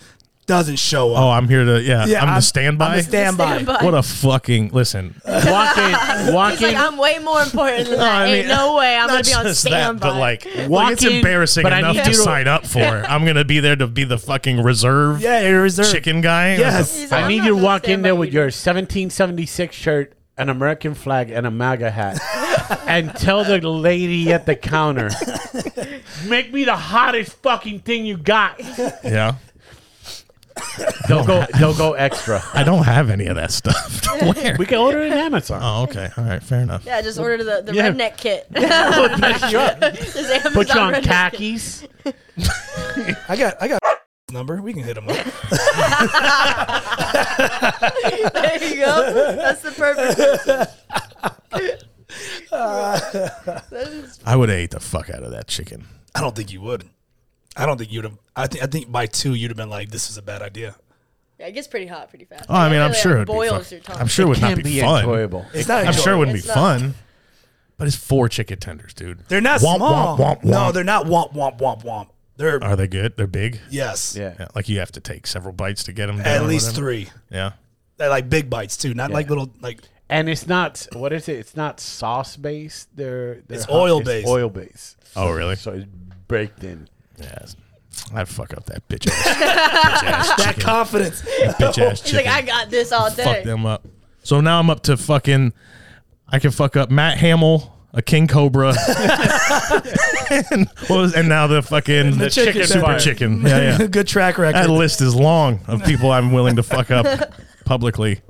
S4: doesn't show up.
S2: Oh, I'm here to. Yeah. I'm, the standby.
S4: I'm the standby.
S3: Standby.
S2: What a fucking listen.
S5: Walking,
S3: He's like,
S5: walking,
S3: I'm way more important than that.
S2: I
S3: Ain't
S2: mean,
S3: no way I'm gonna
S2: Not
S3: be on
S2: just that,
S3: standby.
S2: but like,
S5: Walk
S2: like it's
S5: in,
S2: embarrassing
S5: but I
S2: enough
S5: need
S2: to
S5: you to-
S2: sign up for. it. I'm gonna be there to be the fucking reserve
S4: yeah, you're reserved.
S2: chicken guy.
S4: Yes.
S3: He's like,
S5: I
S3: "I'm
S5: need
S3: not
S5: you to
S3: gonna
S5: walk in
S3: stand
S5: there
S3: by
S5: with
S3: you."
S5: your 1776 shirt, an American flag, and a MAGA hat, and tell the lady at the counter, "Make me the hottest fucking thing you got."
S2: Yeah.
S5: They'll go. They'll go extra.
S2: I don't have any of that stuff. to wear.
S5: We can order it on Amazon.
S2: Oh, okay. All right. Fair enough.
S3: Yeah, just order the, the
S5: Yeah.
S3: redneck kit. Just Amazon
S5: Put you on
S3: redneck kit.
S5: khakis.
S4: I got I got number. We can hit him up.
S3: There you go. That's the perfect. person. That is-
S2: I would have ate the fuck out of that chicken.
S4: I don't think you would. I don't think you'd have. I think I think by two you'd have been like, this is a bad idea.
S3: yeah, it gets pretty hot pretty fast.
S2: Oh, I mean, I'm
S3: Really,
S2: sure
S3: like,
S2: it'd
S3: boils
S2: be
S3: your
S2: fun.
S3: tongue.
S2: I'm sure it would not
S5: Can't
S2: be,
S5: be
S2: fun.
S5: enjoyable.
S4: It's not.
S2: I'm sure it wouldn't
S3: It's
S2: be
S3: not.
S2: fun. But it's four chicken tenders, dude.
S4: They're not
S2: Womp,
S4: small.
S2: womp, womp,
S4: No,
S2: womp.
S4: they're not. Womp womp womp womp. They're
S2: Are they good? They're big.
S4: yes.
S5: Yeah.
S2: Yeah, like you have to take several bites to get them.
S4: At least three.
S2: Yeah.
S4: They're like big bites too, not like little like.
S5: And it's not what is it? It's not sauce based. They're, they're
S4: It's oil-based.
S5: Oil based.
S2: Oh, really?
S5: So it's baked in.
S2: Yeah. I'd fuck up that bitch ass.
S4: That confidence.
S2: bitch ass
S3: He's
S2: chicken.
S3: like, I got this all
S2: fuck
S3: day.
S2: them up. So now I'm up to fucking. I can fuck up Matt Hamill, a King Cobra, and, what was- and now the fucking
S4: The chicken
S2: super
S5: fire.
S2: chicken. Yeah, yeah.
S4: Good track record.
S2: That list is long of people I'm willing to fuck up publicly.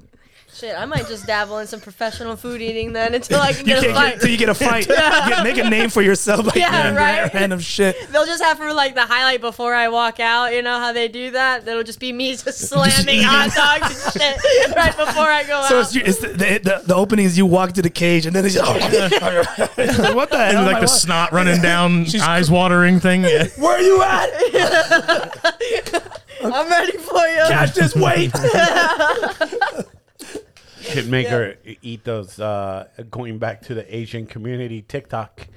S3: Shit, I might just dabble in some professional food eating then until I can
S4: You
S3: get a
S4: can't
S3: fight.
S4: get till you get a fight. You get- make a name for yourself. Like,
S3: Yeah,
S4: doing
S3: right.
S4: Random shit.
S3: They'll just have for like the highlight before I walk out. You know how they do that? That'll just be me just slamming hot dogs and shit right before I go
S4: So
S3: out.
S4: it's, you- it's the, the, the, the opening is you walk to the cage and then it's oh, It's like, what the hell?
S2: And
S4: am I
S2: like the
S4: wa-
S2: snot running down, eyes watering thing. Yeah.
S4: Where are you at?
S3: I'm ready for you.
S4: Catch this weight.
S5: Should make her eat those. Uh, going back to the Asian community TikTok,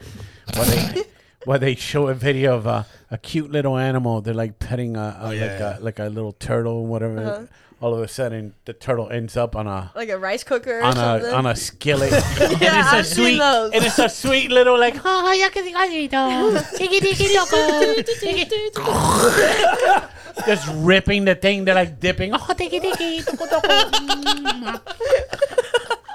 S5: where they, where they show a video of a, a cute little animal. They're like petting a, a-
S4: Oh, yeah,
S5: like
S4: yeah.
S5: a like a little turtle, whatever.
S3: Uh-huh.
S5: All of a sudden, the turtle ends up on a
S3: Like a rice cooker or
S5: on
S3: something.
S5: a on a skillet. and
S3: Yeah, I've seen
S5: sweet
S3: those.
S5: and it's a sweet little like oh yeah. just ripping the thing. They're like dipping. Oh, tiki tiki. toko, toko.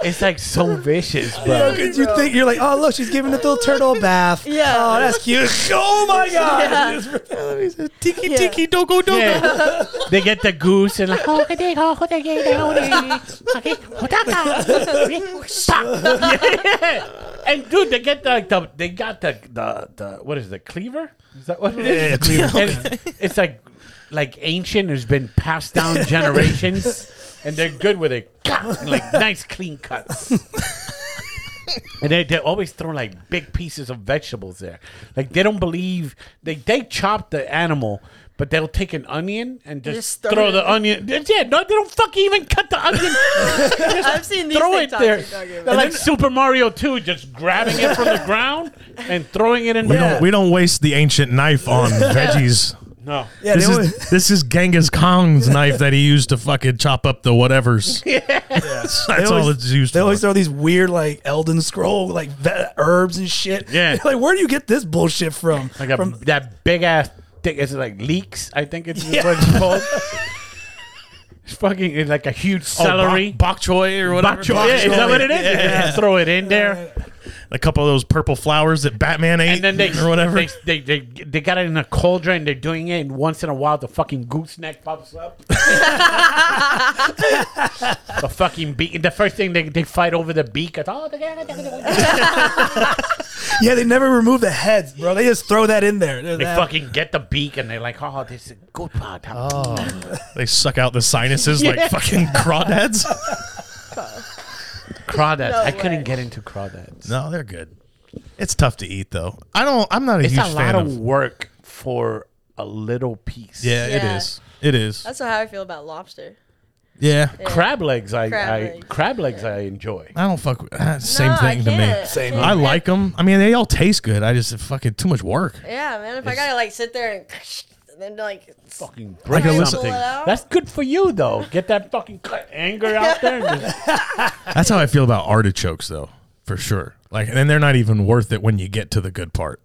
S5: It's like so vicious, bro.
S4: Did you think you're like, oh look, she's giving the little turtle a bath.
S3: Yeah.
S4: Oh, that's cute. Oh my god. Tiki
S3: Yeah.
S4: tiki doko doko.
S5: Yeah. They get the goose and like, oh, tiki, oh, tiki, oh, tiki, okay, hotaka. Yeah, yeah. And dude, they get like the they got the the, the what is the cleaver? Is that what it is?
S2: Yeah, cleaver.
S5: And it's like like ancient has been passed down generations, and they're good with it. Like nice clean cuts. And they, they always throw like big pieces of vegetables there. Like they don't believe they they chop the animal, but they'll take an onion and just,
S3: Just throw
S5: throw
S3: it
S5: the
S3: in.
S5: onion. Yeah, no, they don't fucking even cut the onion.
S3: I've seen these
S5: throw it
S3: TikToks
S5: there.
S3: you're talking
S5: They're
S3: about.
S5: like Super Mario 2, just grabbing it from the ground and throwing it in
S2: We,
S5: the
S2: don't, we don't waste the ancient knife on veggies.
S5: No.
S4: Yeah,
S2: this
S4: they
S2: is this is Genghis Kong's knife that he used to fucking chop up the whatevers. That's all
S4: always-
S2: it's used
S4: They
S2: for.
S4: always throw these weird like Elden Scroll like ve- herbs and shit.
S5: Yeah.
S4: like where do you get this bullshit from?
S5: Like a,
S4: from
S5: that big ass thing. It's like leeks, I think it's
S4: Yeah.
S5: what it's called. it's fucking it's like a huge
S2: Oh, bok-
S5: celery.
S2: bok, choy, or whatever.
S5: Bok choy. Yeah, is that what it is?
S2: Yeah.
S5: Yeah, Throw it in there.
S2: A couple of those purple flowers that Batman ate,
S5: and then they
S2: or whatever.
S5: They, they, they, they got it in a cauldron. They're doing it, and once in a while, the fucking gooseneck pops up. the fucking beak. The first thing they, they fight over the beak. It's, oh, they
S4: yeah, they never remove the heads, bro. They just throw that in there. They
S5: fucking get the beak, and they're like, oh, this is a good part.
S2: They suck out the sinuses like fucking crawdads.
S5: Crawdads.
S3: No
S5: I
S3: way.
S5: couldn't get into crawdads.
S2: no, they're good. It's tough to eat though. I don't. I'm not a
S5: It's
S2: huge
S5: a
S2: fan
S5: lot
S2: of.
S5: of work for a little piece.
S2: yeah,
S3: Yeah.
S2: it is. It is.
S3: That's how I feel about lobster.
S2: yeah.
S5: Crab legs, I
S3: Crab
S5: crab, I,
S3: legs.
S5: legs. crab legs, I enjoy.
S2: I don't fuck with ah, same
S3: No, I
S2: thing to me.
S3: can't.
S4: Same.
S2: I like them. I mean, they all taste good. I just fucking too much work.
S3: Yeah, man. If I gotta like sit there and, and then like,
S5: Fucking break
S2: can listen-
S5: something.
S3: Pull it out.
S5: That's good for you though. Get that fucking anger out there. And just
S2: That's how I feel about artichokes, though, for sure. Like, and they're not even worth it when you get to the good part.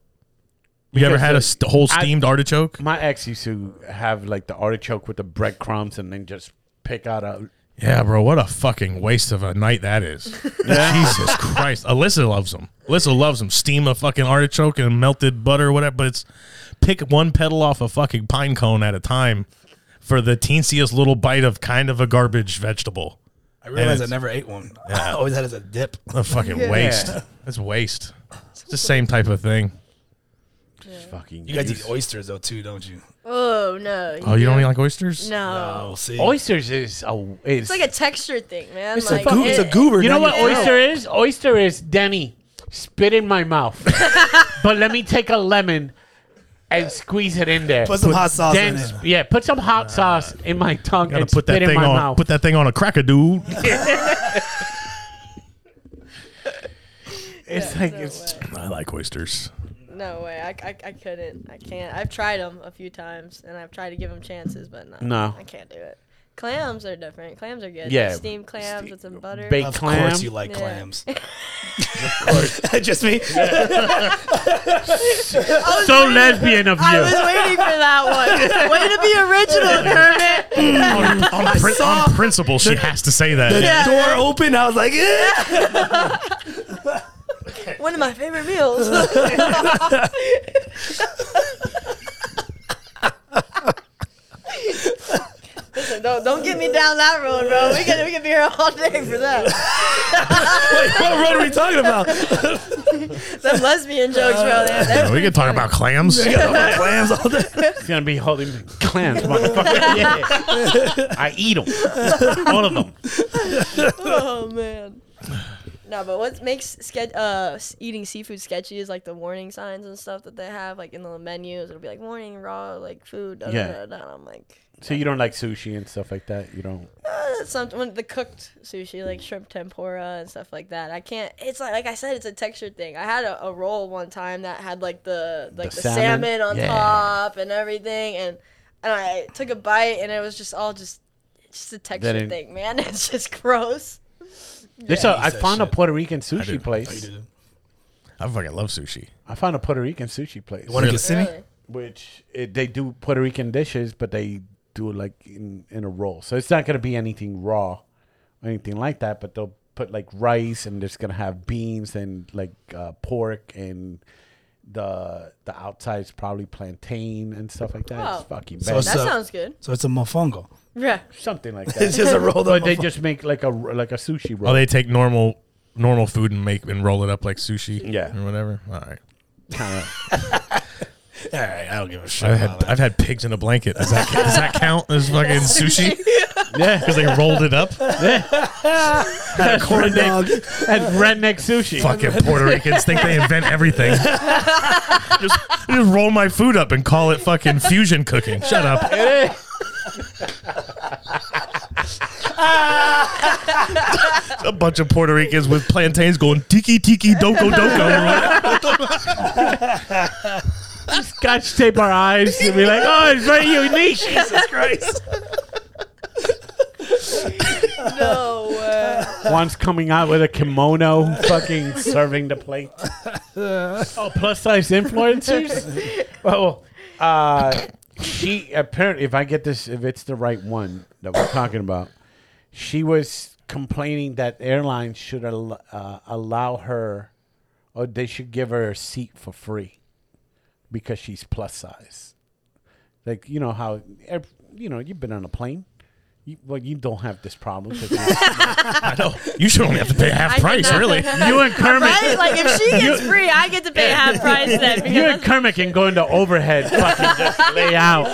S2: You ever
S5: Because,
S2: had a
S5: like,
S2: st- whole
S5: I-
S2: steamed artichoke?
S5: My ex used to have like the artichoke with the breadcrumbs and then just pick out a.
S2: Yeah, bro. What a fucking waste of a night that is. Jesus Christ. Alyssa loves them. Alyssa loves them. Steam a fucking artichoke and melted butter, whatever. But it's pick one petal off a fucking pine cone at a time for the teensiest little bite of kind of a garbage vegetable.
S4: I realized I
S2: it's-
S4: never ate one. I always had it as a dip.
S2: A fucking waste. That's waste. It's the same type of thing.
S5: Just fucking.
S4: You guys eat oysters though too, don't you?
S3: oh no.
S2: Oh, you don't like oysters?
S3: No.
S4: Oh, see,
S5: oysters is a. Is,
S3: It's like a texture thing, man.
S4: it's,
S3: like,
S4: a goo- it's a
S3: it-
S4: goober.
S5: you know
S4: down
S5: what
S4: your throat.
S5: oyster is? Oyster is Denny. Spit in my mouth, but let me take a lemon and squeeze it in there.
S4: Put some hot sauce
S5: then,
S4: in it.
S5: yeah, put some hot sauce in my tongue
S2: Gotta
S5: and
S2: put that
S5: spit in
S2: thing
S5: my
S2: on.
S5: mouth.
S2: Put that thing on a cracker, dude.
S5: it's like
S3: No
S5: it's
S3: way.
S2: I like oysters.
S3: No way. I, I, I couldn't. I can't. I've tried them a few times, and I've tried to give them chances, but no.
S5: No.
S3: I can't do it. Clams are different. Clams are good.
S5: Yeah.
S3: Steamed clams with some butter.
S5: baked
S4: Of
S5: clam.
S4: course, you like
S3: Yeah.
S4: clams. Just me.
S5: so lesbian of
S3: I was
S5: you.
S3: waiting for that one. Way to be original, Kermit.
S2: on, on prin- on principle, she has to say that.
S3: Yeah.
S4: Door open. I was like, eh.
S3: One of my favorite meals. Listen, don't, don't get me down that road, bro. We can, we can be here all day for that.
S4: Wait, what road are we talking about?
S3: Them lesbian jokes, bro. They're, they're
S2: Yeah, we can talk about clams.
S4: clams all day.
S5: It's gonna be holding clams, motherfucker. yeah. I eat them, all of them.
S3: Oh man. No, but what makes ske- uh, s- eating seafood sketchy is like the warning signs and stuff that they have, like in the menus. It'll be like warning raw like food. Da,
S5: Yeah.
S3: da, da, da. And I'm like,
S5: So you don't like sushi and stuff like that. You don't.
S3: uh, that's something. When the cooked sushi, like shrimp tempura and stuff like that, I can't. It's like like I said, it's a texture thing. I had a, a roll one time that had like the like the, salmon.
S5: salmon?
S3: on
S5: Yeah.
S3: top and everything, and and I took a bite and it was just all just just a texture
S5: didn't-
S3: thing, man. It's just gross.
S5: There's a,
S4: he
S5: I
S4: says
S5: found a
S4: shit.
S5: Puerto Rican sushi
S2: didn't.
S5: place.
S2: I fucking love sushi.
S5: I found a Puerto Rican sushi place,
S4: Want to Kissimmee?
S3: Really.
S5: which it, they do Puerto Rican dishes, but they do it like in, in a roll. So it's not gonna be anything raw, or anything like that. But they'll put like rice, and it's gonna have beans and like uh, pork, and the the outside's probably plantain and stuff like that.
S3: Wow.
S5: It's fucking
S4: So
S5: bad.
S3: That
S4: So-
S3: sounds good.
S4: So it's a mofongo.
S3: Yeah.
S5: Something like that.
S4: It's just a rolled up.
S5: But they
S4: mofongo.
S5: just make like a like a sushi roll.
S2: Oh, they take normal normal food and make and roll it up like sushi.
S5: Yeah.
S2: Or whatever. All right.
S4: All right, I don't give a shit.
S2: I've
S4: about
S2: had
S4: that.
S2: I've had pigs in a blanket. Does that does that count as fucking sushi? Yeah, because they rolled it up.
S5: Had
S4: corn dog.
S5: Had redneck sushi.
S2: Fucking Puerto Ricans think they invent everything. just, just roll my food up and call it fucking fusion cooking. Shut up. A bunch of Puerto Ricans with plantains going tiki tiki doko doko.
S5: Scotch tape our eyes to be like, oh, it's very unique.
S2: Jesus Christ.
S3: No way.
S5: One's coming out with a kimono, fucking serving the plate. Oh, plus size influencers. Well, uh, she apparently, if I get this, if it's the right one that we're talking about, she was complaining that airlines should al- uh, allow her, or they should give her a seat for free, because she's plus size. Like you know how, air- you know, you've been on a plane. You, well, you don't have this problem. 'cause you're-
S2: I know. "Oh, You should only have to pay half
S3: did
S2: price,
S3: not-
S2: really.
S5: you and Kermit.
S3: Right? Like if she gets free, I get to pay half price then.
S5: You
S3: Because
S5: and Kermit can go into overhead, fucking just lay out.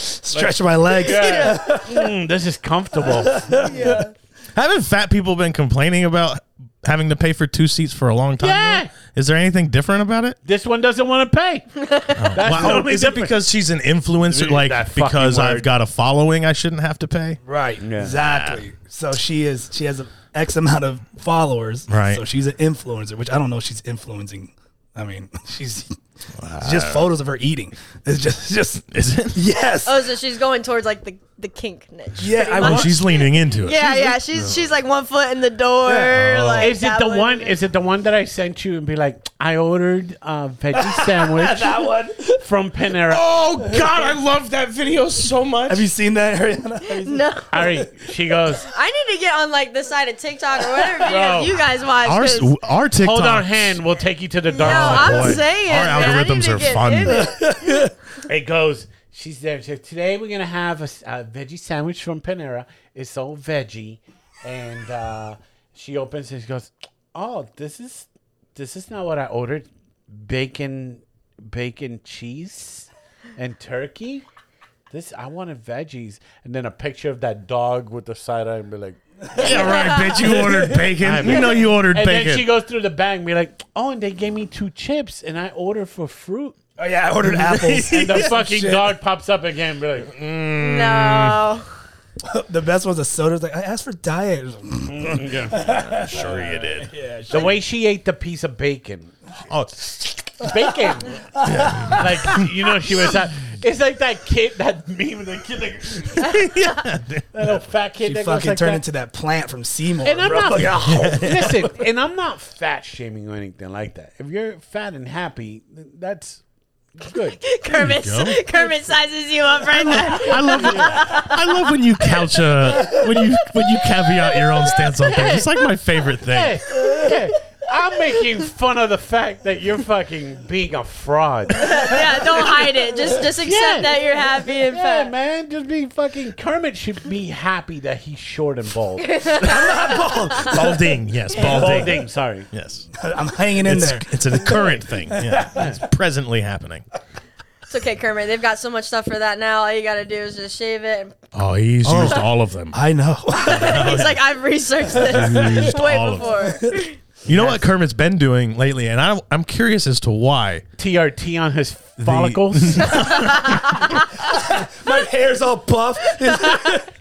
S4: Stretch my legs.
S5: Mm, this is comfortable.
S2: Haven't fat people been complaining about having to pay for two seats for a long time?
S5: Yeah.
S2: now? Is there anything different about it?
S5: This one doesn't want to pay. That's the
S2: Wow.
S5: only
S2: Is it
S5: difference.
S2: because she's an influencer?
S5: Dude, that
S2: Like
S5: fucking
S2: because I've
S5: word.
S2: got a following, I shouldn't have to pay.
S4: Right.
S5: Yeah.
S4: Exactly. So she is she has a X amount of followers.
S2: Right.
S4: So she's an influencer, which I don't know if she's influencing. I mean, she's it's just photos of her eating. It's just it's just
S2: Is it?
S4: yes.
S3: oh, so she's going towards like the the kink niche.
S4: yeah, I
S2: Oh,
S4: want
S2: she's leaning into it.
S3: Yeah, yeah. She's she's like one foot in the door.
S2: Yeah.
S3: Like
S5: Is it
S3: that
S5: the one? Is it the one that I sent you and be like, I ordered a veggie sandwich
S4: that one.
S5: from Panera.
S2: Oh God, I love that video so much.
S4: Have you seen that, Ariana? Have you seen-
S3: No,
S5: All right, she goes.
S3: I need to get on like the side of TikTok or whatever videos
S5: Bro.
S3: you guys watch.
S2: our
S3: 'cause-
S2: our TikTok?
S5: Hold our hand. We'll take you to the
S3: no,
S5: dark side.
S3: I'm
S2: boy.
S3: saying
S2: Our
S3: man, I need
S2: algorithms
S3: to
S2: are
S3: get
S2: fun.
S3: in it.
S5: It goes. She's there. She, Today we're gonna have a, s- a veggie sandwich from Panera. It's all veggie, and uh, she opens and she goes, "Oh, this is this is not what I ordered. Bacon, bacon, cheese, and turkey. This I wanted veggies." And then a picture of that dog with the side eye and be like,
S2: Yeah, right, bitch. You ordered bacon. you know you ordered
S5: and
S2: bacon.
S5: then she goes through the bag and be like, "Oh, and they gave me two chips, and I ordered for fruit."
S4: Oh yeah, I ordered apples.
S5: And the fucking dog pops up again, be like.
S2: Mm.
S3: No.
S4: the best was the sodas. Like I asked for diet.
S2: sure you did.
S4: yeah,
S5: The way she ate the piece of bacon,
S2: Oh,
S5: bacon, like you know, she was. That, it's like that kid, that meme of the kid, like, that little fat kid
S4: she
S5: that goes
S4: fucking
S5: like
S4: turned
S5: that.
S4: into that plant from Seymour.
S5: and I'm
S4: bro.
S5: not
S4: Like, ah.
S5: listen, and I'm not fat shaming or anything like that. If you're fat and happy, that's good.
S3: Kermit,
S2: go.
S3: Kermit sizes you up right there.
S2: I love it. I love when you couch a when you when you caveat your own stance on things. It's like my favorite thing.
S5: Hey, hey, I'm making fun of the fact that you're fucking being a fraud.
S3: Yeah, don't hide it. Just just accept
S5: Yeah.
S3: that you're happy and
S5: Yeah,
S3: fat.
S5: man, just be fucking Kermit should be happy that he's short and bald.
S2: Balding, yes, balding.
S5: Balding, sorry.
S2: Yes.
S4: I'm hanging in
S2: It's,
S4: there.
S2: it's a current thing. Yeah. It's presently happening.
S3: It's okay, Kermit. They've got so much stuff for that now. All you gotta do is just shave it. And
S2: Oh, he's used all of them.
S4: I know.
S2: Oh,
S3: he's like, I've researched this
S2: Used all
S3: way
S2: of
S3: before.
S2: You know what Kermit's been doing lately, and I, I'm curious as to why.
S5: TRT on his follicles.
S4: My hair's all buff.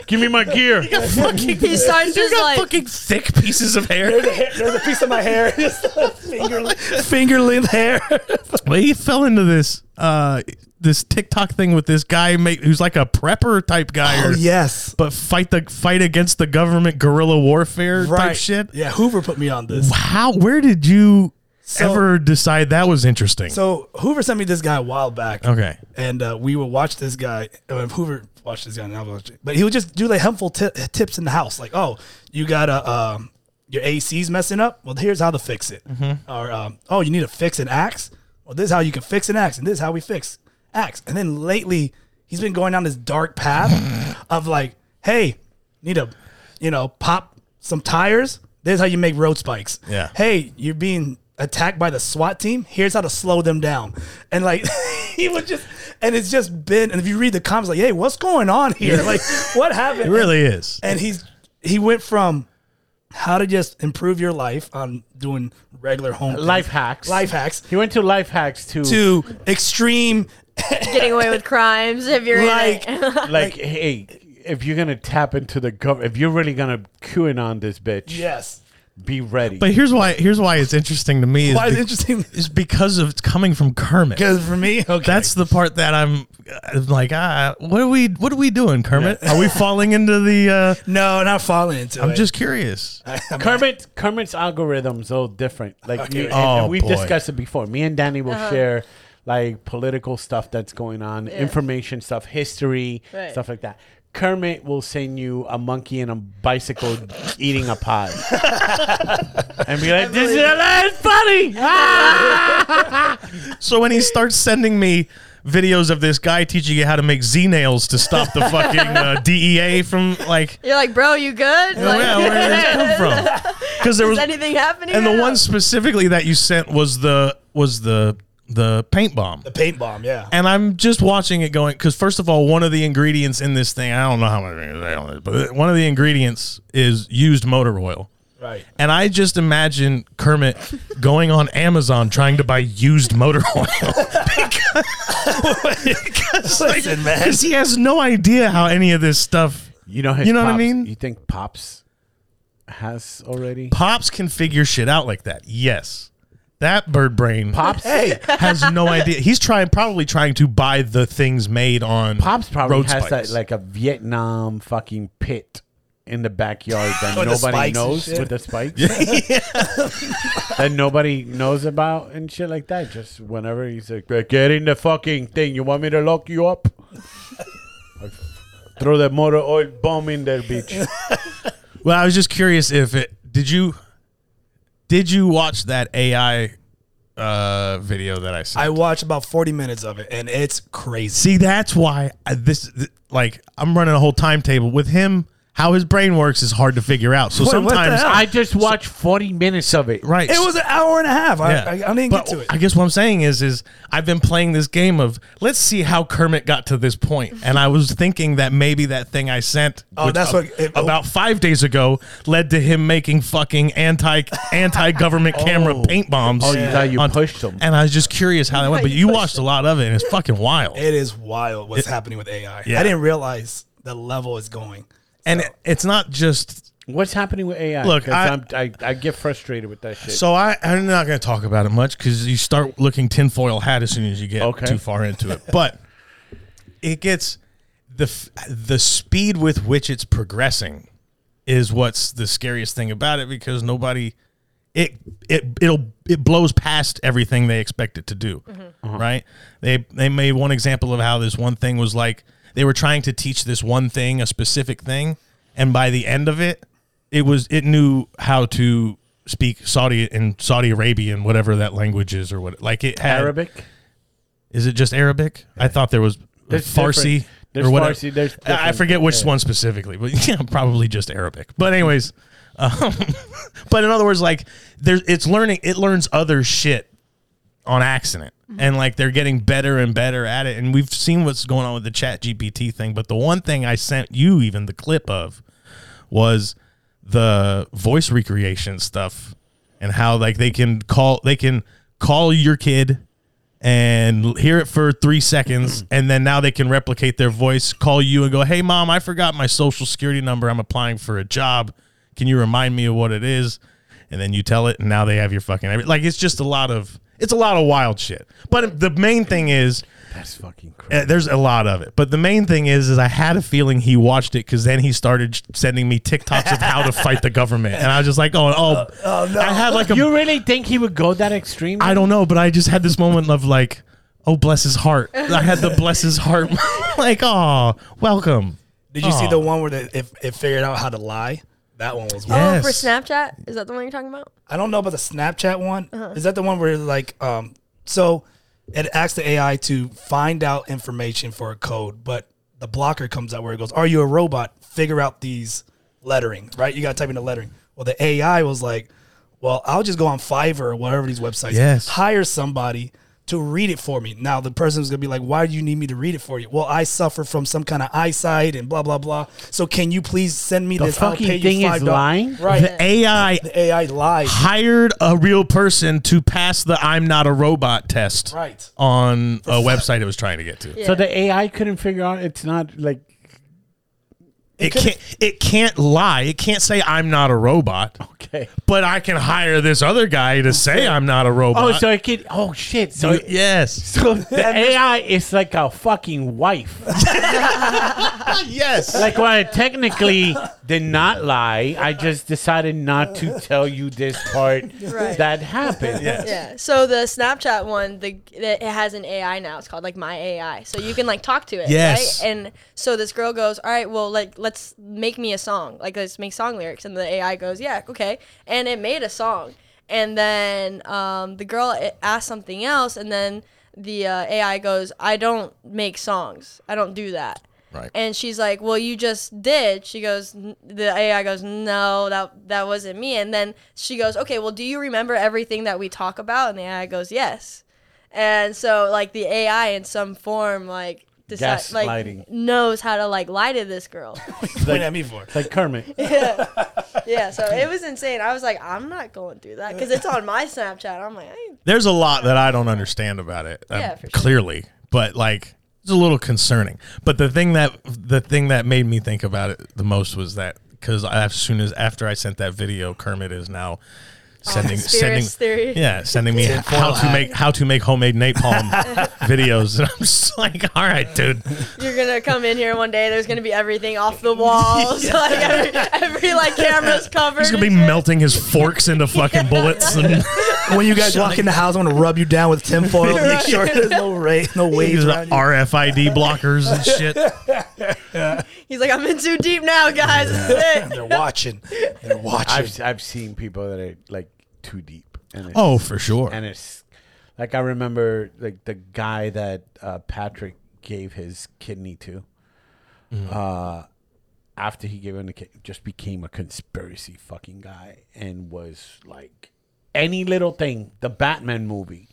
S5: Give me my gear.
S2: fucking,
S3: He starts
S2: you
S3: just
S2: got
S3: like-
S2: fucking thick pieces of hair.
S4: There's a piece of my hair. finger, finger length hair.
S2: Well, he fell into this uh, this TikTok thing with this guy make, who's like a prepper type guy,
S4: Oh
S2: or-
S4: yes,
S2: but fight the fight against the government guerrilla warfare type shit.
S4: Yeah, Hoover put me on this.
S2: How? Where did you
S4: So-
S2: ever decide that was interesting?
S4: So Hoover sent me this guy a while back.
S2: okay,
S4: and uh, we would watch this guy. uh, Hoover watched this guy, and I watched it. But he would just do like helpful ti- tips in the house, like, "Oh, you got a um, your AC's messing up. Well, here's how to fix it."
S2: Mm-hmm.
S4: Or, um, "Oh, you need to fix an axe. Well, this is how you can fix an axe, and this is how we fix axe." And then lately, he's been going down this dark path of like, "Hey, need to, you know, pop some tires." This is how you make road spikes.
S2: Yeah.
S4: Hey, you're being attacked by the SWAT team. Here's how to slow them down. And like he would just and it's just been and if you read the comments like, hey, what's going on here? Like what happened?
S2: It really is.
S4: and he's he went from how to just improve your life on doing regular home
S5: Life
S4: things,
S5: hacks.
S4: life hacks
S5: He went to life hacks to,
S4: to extreme
S3: Getting away with crimes if you're
S4: like
S3: in it.
S5: like, hey, if you're gonna tap into the government, if you're really gonna QAnon on this bitch,
S4: yes
S5: be ready.
S2: But here's why. Here's why it's interesting to me. Is
S4: why is it
S2: be-
S4: interesting
S2: Is because of it's coming from Kermit.
S4: because for me okay
S2: That's the part that I'm, I'm like, ah, what are we, what are we doing, Kermit? Are we falling into the? uh
S4: no not falling into
S2: I'm
S4: it.
S2: just curious.
S5: Kermit Kermit's algorithm's all different. Like
S4: Okay.
S5: me- and-
S2: Oh,
S5: and we
S2: boy.
S5: discussed it before. Me and Danny will share like political stuff that's going on, information stuff, history,
S3: Right.
S5: stuff like that. Kermit will send you a monkey and a bicycle eating a pie. and be like, This is the last funny.
S2: So when he starts sending me videos of this guy teaching you how to make Z nails to stop the fucking uh, DEA from like,
S3: You're like, bro, you good?
S2: oh,
S3: Like,
S2: yeah, where did this come from? Because there
S3: is
S2: was,
S3: anything happening?
S2: and the
S3: right
S2: one
S3: now?
S2: specifically that you sent was the was the the paint bomb.
S4: the paint bomb yeah
S2: And I'm just watching it going because first of all, one of the ingredients in this thing, I don't know how much, I don't know, but one of the ingredients is used motor oil.
S4: right
S2: And I just imagine Kermit going on Amazon trying to buy used motor oil because like,
S4: Listen, man.
S2: 'cause he has no idea how any of this stuff.
S5: You know his
S2: You know what I
S5: Pops-
S2: mean?
S5: You think Pops has already?
S2: Pops can figure shit out like that. Yes, that bird brain
S5: Pops
S4: hey
S2: has no idea. He's trying, probably trying to buy the things made on
S5: Pops probably
S2: road
S5: has
S2: spikes.
S5: that like a Vietnam fucking pit in the backyard that
S4: With the
S5: nobody
S4: spikes and
S5: knows
S4: shit.
S5: with the spikes. that nobody knows about and shit like that. Just whenever he's like, get in the fucking thing. You want me to lock you up? Like, Throw the motor oil bomb in there, bitch.
S2: Well, I was just curious if it did you did you watch that AI uh, video that I sent?
S4: I watched about 40 minutes of it and it's crazy
S2: See, that's why I, this th- like I'm running a whole timetable with him. How his brain works is hard to figure out. So
S4: Wait, what the
S2: sometimes,
S4: hell?
S5: I just watched 40 minutes of it.
S2: right?
S4: it was an hour and a half I, I, I didn't
S2: But
S4: get to it
S2: I guess what I'm saying is, is I've been playing this game of let's see how Kermit got to this point, and I was thinking that maybe that thing I sent,
S4: Oh, that's
S2: ab-
S4: what- it-
S2: about five days ago, led to him making fucking anti anti government camera paint bombs.
S5: Oh, you thought you pushed them.
S2: And I was just curious how that went,
S3: thought
S2: but
S3: you
S2: you
S3: pushed
S2: watched a lot of it, and it's fucking wild.
S4: it is wild what's happening with AI
S2: Yeah.
S4: I didn't realize the level is going
S2: and it, it's not just
S5: What's happening with AI?
S2: Look,
S5: 'Cause
S2: I-
S5: I'm- I, I get frustrated with that shit.
S2: So I, I'm not going to talk about it much because you start looking tinfoil hat as soon as you get
S5: Okay.
S2: too far into it. But it gets the f- the speed with which it's progressing is what's the scariest thing about it because nobody it it it'll it blows past everything they expect it to do, right? They they made one example of how this one thing was like they were trying to teach this one thing a specific thing, and by the end of it, it was it knew how to speak Saudi and Saudi Arabian whatever that language is or what like it had
S5: Arabic?
S2: is it just Arabic? I thought there was
S5: There's
S2: Farsi
S5: different- there's
S2: or whatever.
S5: Farsi, there's
S2: I I forget
S5: different-
S2: which one specifically, but yeah, probably just Arabic. But anyways, um, but in other words, like there's it's learning it learns other shit on accident, and like they're getting better and better at it. And we've seen what's going on with the Chat GPT thing. But the one thing I sent you even the clip of was the voice recreation stuff and how like they can call they can call your kid and l- hear it for three seconds and then now they can replicate their voice call you and go hey mom i forgot my social security number i'm applying for a job can you remind me of what it is and then you tell it and now they have your fucking every- like it's just a lot of it's a lot of wild shit but the main thing is
S5: That's fucking crazy.
S2: uh, there's a lot of it, but the main thing is, is I had a feeling he watched it because then he started sh- sending me TikToks of how to fight the government, and I was just like, oh, oh,
S4: no.
S2: I had like a,
S5: You really think he would go that extreme?
S2: I don't know, but I just had this moment of like, oh, bless his heart. I had the bless his heart, like, oh, welcome.
S4: did you see
S2: Aw.
S4: the one where the, it, it figured out how to lie that one was wild.
S3: Oh, for
S2: Yes.
S3: Snapchat? Is that the one you're talking about?
S4: I don't know about the Snapchat one. Is that the one where like um so it asks the AI to find out information for a code, but the blocker comes out where it goes, Are you a robot? Figure out these lettering, right? You gotta type in the lettering. Well, the AI was like, well, I'll just go on Fiverr or whatever these websites.
S2: Yes.
S4: Hire somebody to read it for me. Now the person's gonna be like, why do you need me to read it for you? Well, I suffer from some kind of eyesight and blah blah blah. So can you please send me
S5: The
S4: this?
S5: fucking thing is
S4: $5."
S5: lying?
S4: Right.
S2: The AI
S4: the AI lied.
S2: hired a real person to pass the "I'm not a robot" test
S4: Right.
S2: on a website it was trying to get to.
S5: So the AI couldn't figure out it's not like
S2: It can't. It can't lie. It can't say "I'm not a robot,"
S5: okay.
S2: but I can hire this other guy to say I'm not a
S5: Oh,
S2: robot.
S5: so it could. Oh shit! So
S2: You- yes,
S5: So the AI is like a fucking wife.
S2: yes.
S5: Like, well, I technically did not lie. I just decided not to tell you this part
S3: Right.
S5: that happened.
S3: Yeah. So the Snapchat one, the it has an AI now. It's called like My AI. So you can like talk to it.
S2: Yes.
S3: Right? And so this girl goes, all right, well, like let's make me a song. Like let's make song lyrics. And the AI goes, yeah, okay. And it made a song. And then um, the girl a- asked something else, and then the uh, AI goes, I don't make songs. I don't do that.
S2: Right.
S3: And she's like, "Well, you just did." She goes, n- "The AI goes, no, that that wasn't me." And then she goes, "Okay, well, do you remember everything that we talk about?" And the AI goes, "Yes." And so, like the AI in some form, like decide,
S5: Gaslighting.
S3: like knows how to like lie to this girl.
S4: Point at me for it.
S5: It's like Kermit.
S3: yeah. So it was insane. I was like, I'm not going through that because it's on my Snapchat. I'm like, I ain't
S2: There's a lot that I don't understand about it. um,
S3: Yeah, for sure.
S2: Clearly, but like it's a little concerning. But the thing that the thing that made me think about it the most was that because as soon as after I sent that video, Kermit is now sending sending
S3: Oh, conspiracy theory.
S2: yeah sending me how to make how to make homemade napalm videos, and I'm just like, all right, dude,
S3: You're gonna come in here one day. There's gonna be everything off the walls, like every, every like camera's covered.
S2: he's gonna be
S3: and shit.
S2: melting his forks into fucking bullets and.
S4: When you guys walk in the house, I'm gonna rub you down with tinfoil. Make sure there's no ray, no
S2: These
S4: waves around you.
S2: RFID blockers and shit.
S3: He's like, I'm in too deep now, guys. This is it.
S4: They're watching. They're watching.
S5: I've I've seen people that are like too deep. And it's,
S2: Oh, for sure.
S5: and it's like I remember like the guy that uh, Patrick gave his kidney to.
S3: Mm-hmm.
S5: Uh, after he gave him the kidney, just became a conspiracy fucking guy and was like any little thing. The Batman movie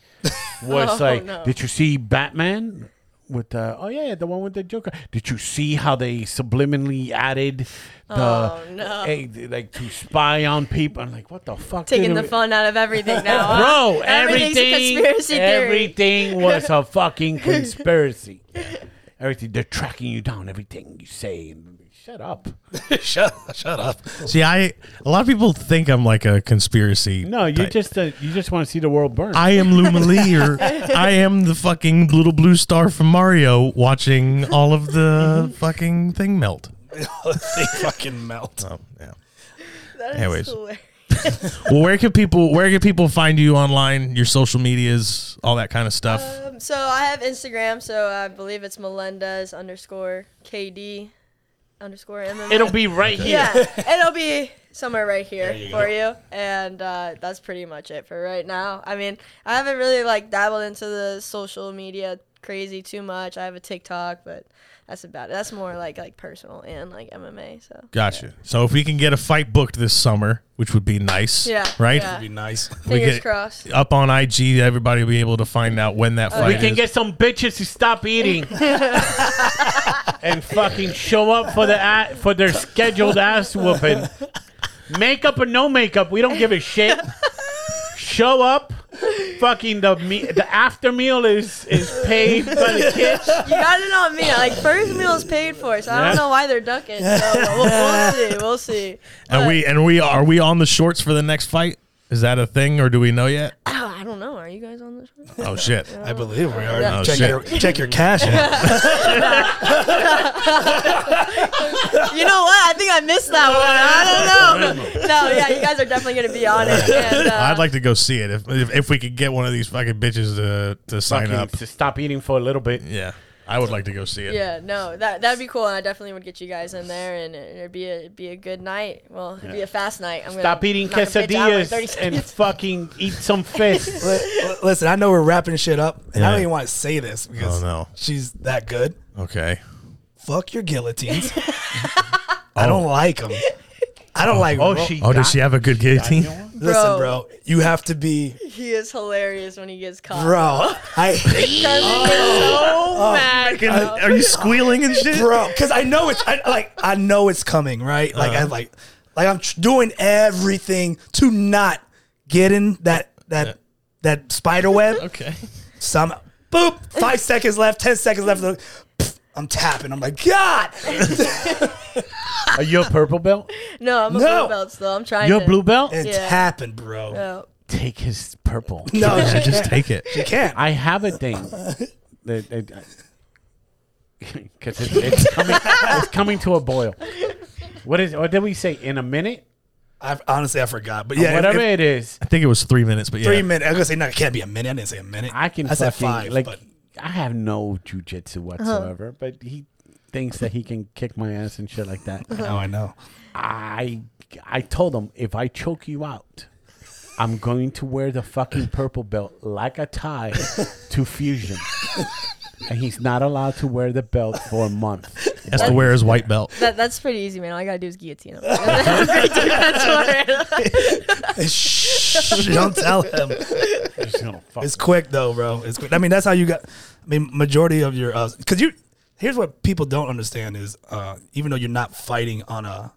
S5: was
S3: Oh,
S5: like,
S3: no.
S5: did you see Batman? With the oh yeah the one with the Joker. Did you see how they subliminally added the
S3: Oh, no.
S5: eh, like to spy on people? I'm like, what the fuck?
S3: Taking
S5: did
S3: the
S5: we-
S3: fun out of everything now. huh?
S5: Bro,
S3: Everything's a
S5: everything,
S3: conspiracy theory.
S5: everything was a fucking conspiracy. Everything they're tracking you down. Everything you say. And Shut up.
S4: shut, shut up.
S2: See, I a lot of people think I'm like a conspiracy.
S5: No, you
S2: type.
S5: just uh, you just want to see the world burn.
S2: I am Lumalier. I am the fucking little blue star from Mario, watching all of the fucking thing melt.
S4: they fucking melt.
S2: Oh, yeah.
S3: That is
S2: Anyways.
S3: hilarious.
S2: Well, where can people where can people find you online? Your social medias, all that kind of stuff.
S3: Um, so I have Instagram. So I believe it's Melendez underscore KD underscore MMA.
S5: It'll be right here.
S3: yeah, it'll be somewhere right here for you. And uh, that's pretty much it for right now. I mean, I haven't really like dabbled into the social media crazy too much. I have a TikTok, but that's about it. That's more like like personal and like MMA. So
S2: Gotcha. So if we can get a fight booked this summer, which would be nice.
S3: Yeah,
S2: Right.
S3: yeah.
S4: Be nice.
S2: We
S3: fingers
S2: get
S3: crossed.
S2: up on IG. Everybody will be able to find out when that fight
S5: Uh, We can
S2: is.
S5: get some bitches to stop eating and fucking show up for the a for their scheduled ass whooping. Makeup or no makeup, we don't give a shit. Show up. Fucking the me- the after meal is is paid by the kids.
S3: You got it on me. Like first meal's paid for, so I don't know why they're ducking. So we'll, we'll see. We'll see.
S2: and we and we are we on the shorts for the next fight? Is that a thing, or do we know yet?
S3: Oh, I don't know. Are you guys on this? one?
S2: Oh shit.
S4: I believe we are.
S2: Oh,
S4: check,
S2: shit.
S4: your, check your cash. out.
S3: You know what? I think I missed that one. I don't know. No, yeah, you guys are definitely gonna be on it. And, uh,
S2: I'd like to go see it if, if if we could get one of these fucking bitches to to sign
S5: Fucking
S2: up.
S5: To stop eating for a little bit.
S2: Yeah, I would like to go see it.
S3: Yeah, no, that that'd be cool, and I definitely would get you guys in there, and it- it'd be a it'd be a good night. Well, it'd be a fast night. I'm gonna
S5: Stop eating
S3: knock a bitch out in like 30
S5: quesadillas and
S3: seconds.
S5: fucking eat some fish.
S4: Li- li- Listen, I know we're wrapping shit up, and I
S2: Yeah.
S4: don't even want to say this because
S2: Oh, no.
S4: she's that good.
S2: Okay.
S4: Fuck your guillotines. I don't like them. I don't like.
S5: Oh,
S4: ro-
S5: she.
S2: Oh,
S5: got-
S2: does she have a good
S5: got you
S2: guillotine?
S5: one?
S4: Listen,
S3: Bro.
S4: bro. You have to be,
S3: He is hilarious when he gets caught.
S4: bro. I oh, hate,
S3: Because he gets so mad.
S2: Making the-
S3: bro.
S2: Are you squealing and shit?
S4: bro, because I know it's I, like I know it's coming, right? Like
S5: Uh-huh.
S4: I like, like I'm tr- doing everything to not get in that that that spider web.
S2: Okay.
S4: Some boop. Five seconds left. Ten seconds left. Pff, I'm tapping. I'm like, God,
S5: Are you a purple belt?
S3: No, I'm a
S4: No.
S3: blue belt still. I'm trying.
S5: You're
S3: to, Oh,
S5: a blue belt.
S4: and
S3: Yeah.
S4: tapping, bro.
S3: No.
S5: Take his purple.
S4: No,
S2: Yeah,
S4: she
S2: just take it.
S4: she can't.
S5: I have a thing that because it, it's coming. it's coming to a boil. What is? What did we say? In a minute,
S4: I, honestly, I forgot. But yeah, if-
S5: whatever
S4: if
S5: it is,
S2: I think it was three minutes, but yeah.
S4: three minutes. I was gonna say no, it can't be a minute. I didn't say a minute.
S5: I can
S4: I said
S5: fucking
S4: five.
S5: like.
S4: but
S5: I have no jujitsu
S3: Uh-huh.
S5: whatsoever, but he thinks that he can kick my ass and shit like
S3: Uh-huh.
S5: that.
S4: now I know.
S5: I I told him if I choke you out, I'm going to wear the fucking purple belt like a tie to fusion. and he's not allowed to wear the belt for a month.
S2: Has to wear his white belt.
S3: That, that's pretty easy, man. All I gotta do is guillotine him. I'm pretty sure that's what I-
S4: Shh, don't tell him. It's quick though, bro. It's quick. I mean, that's how you got. I mean, majority of your because you. Here's what people don't understand is uh, even though you're not fighting on a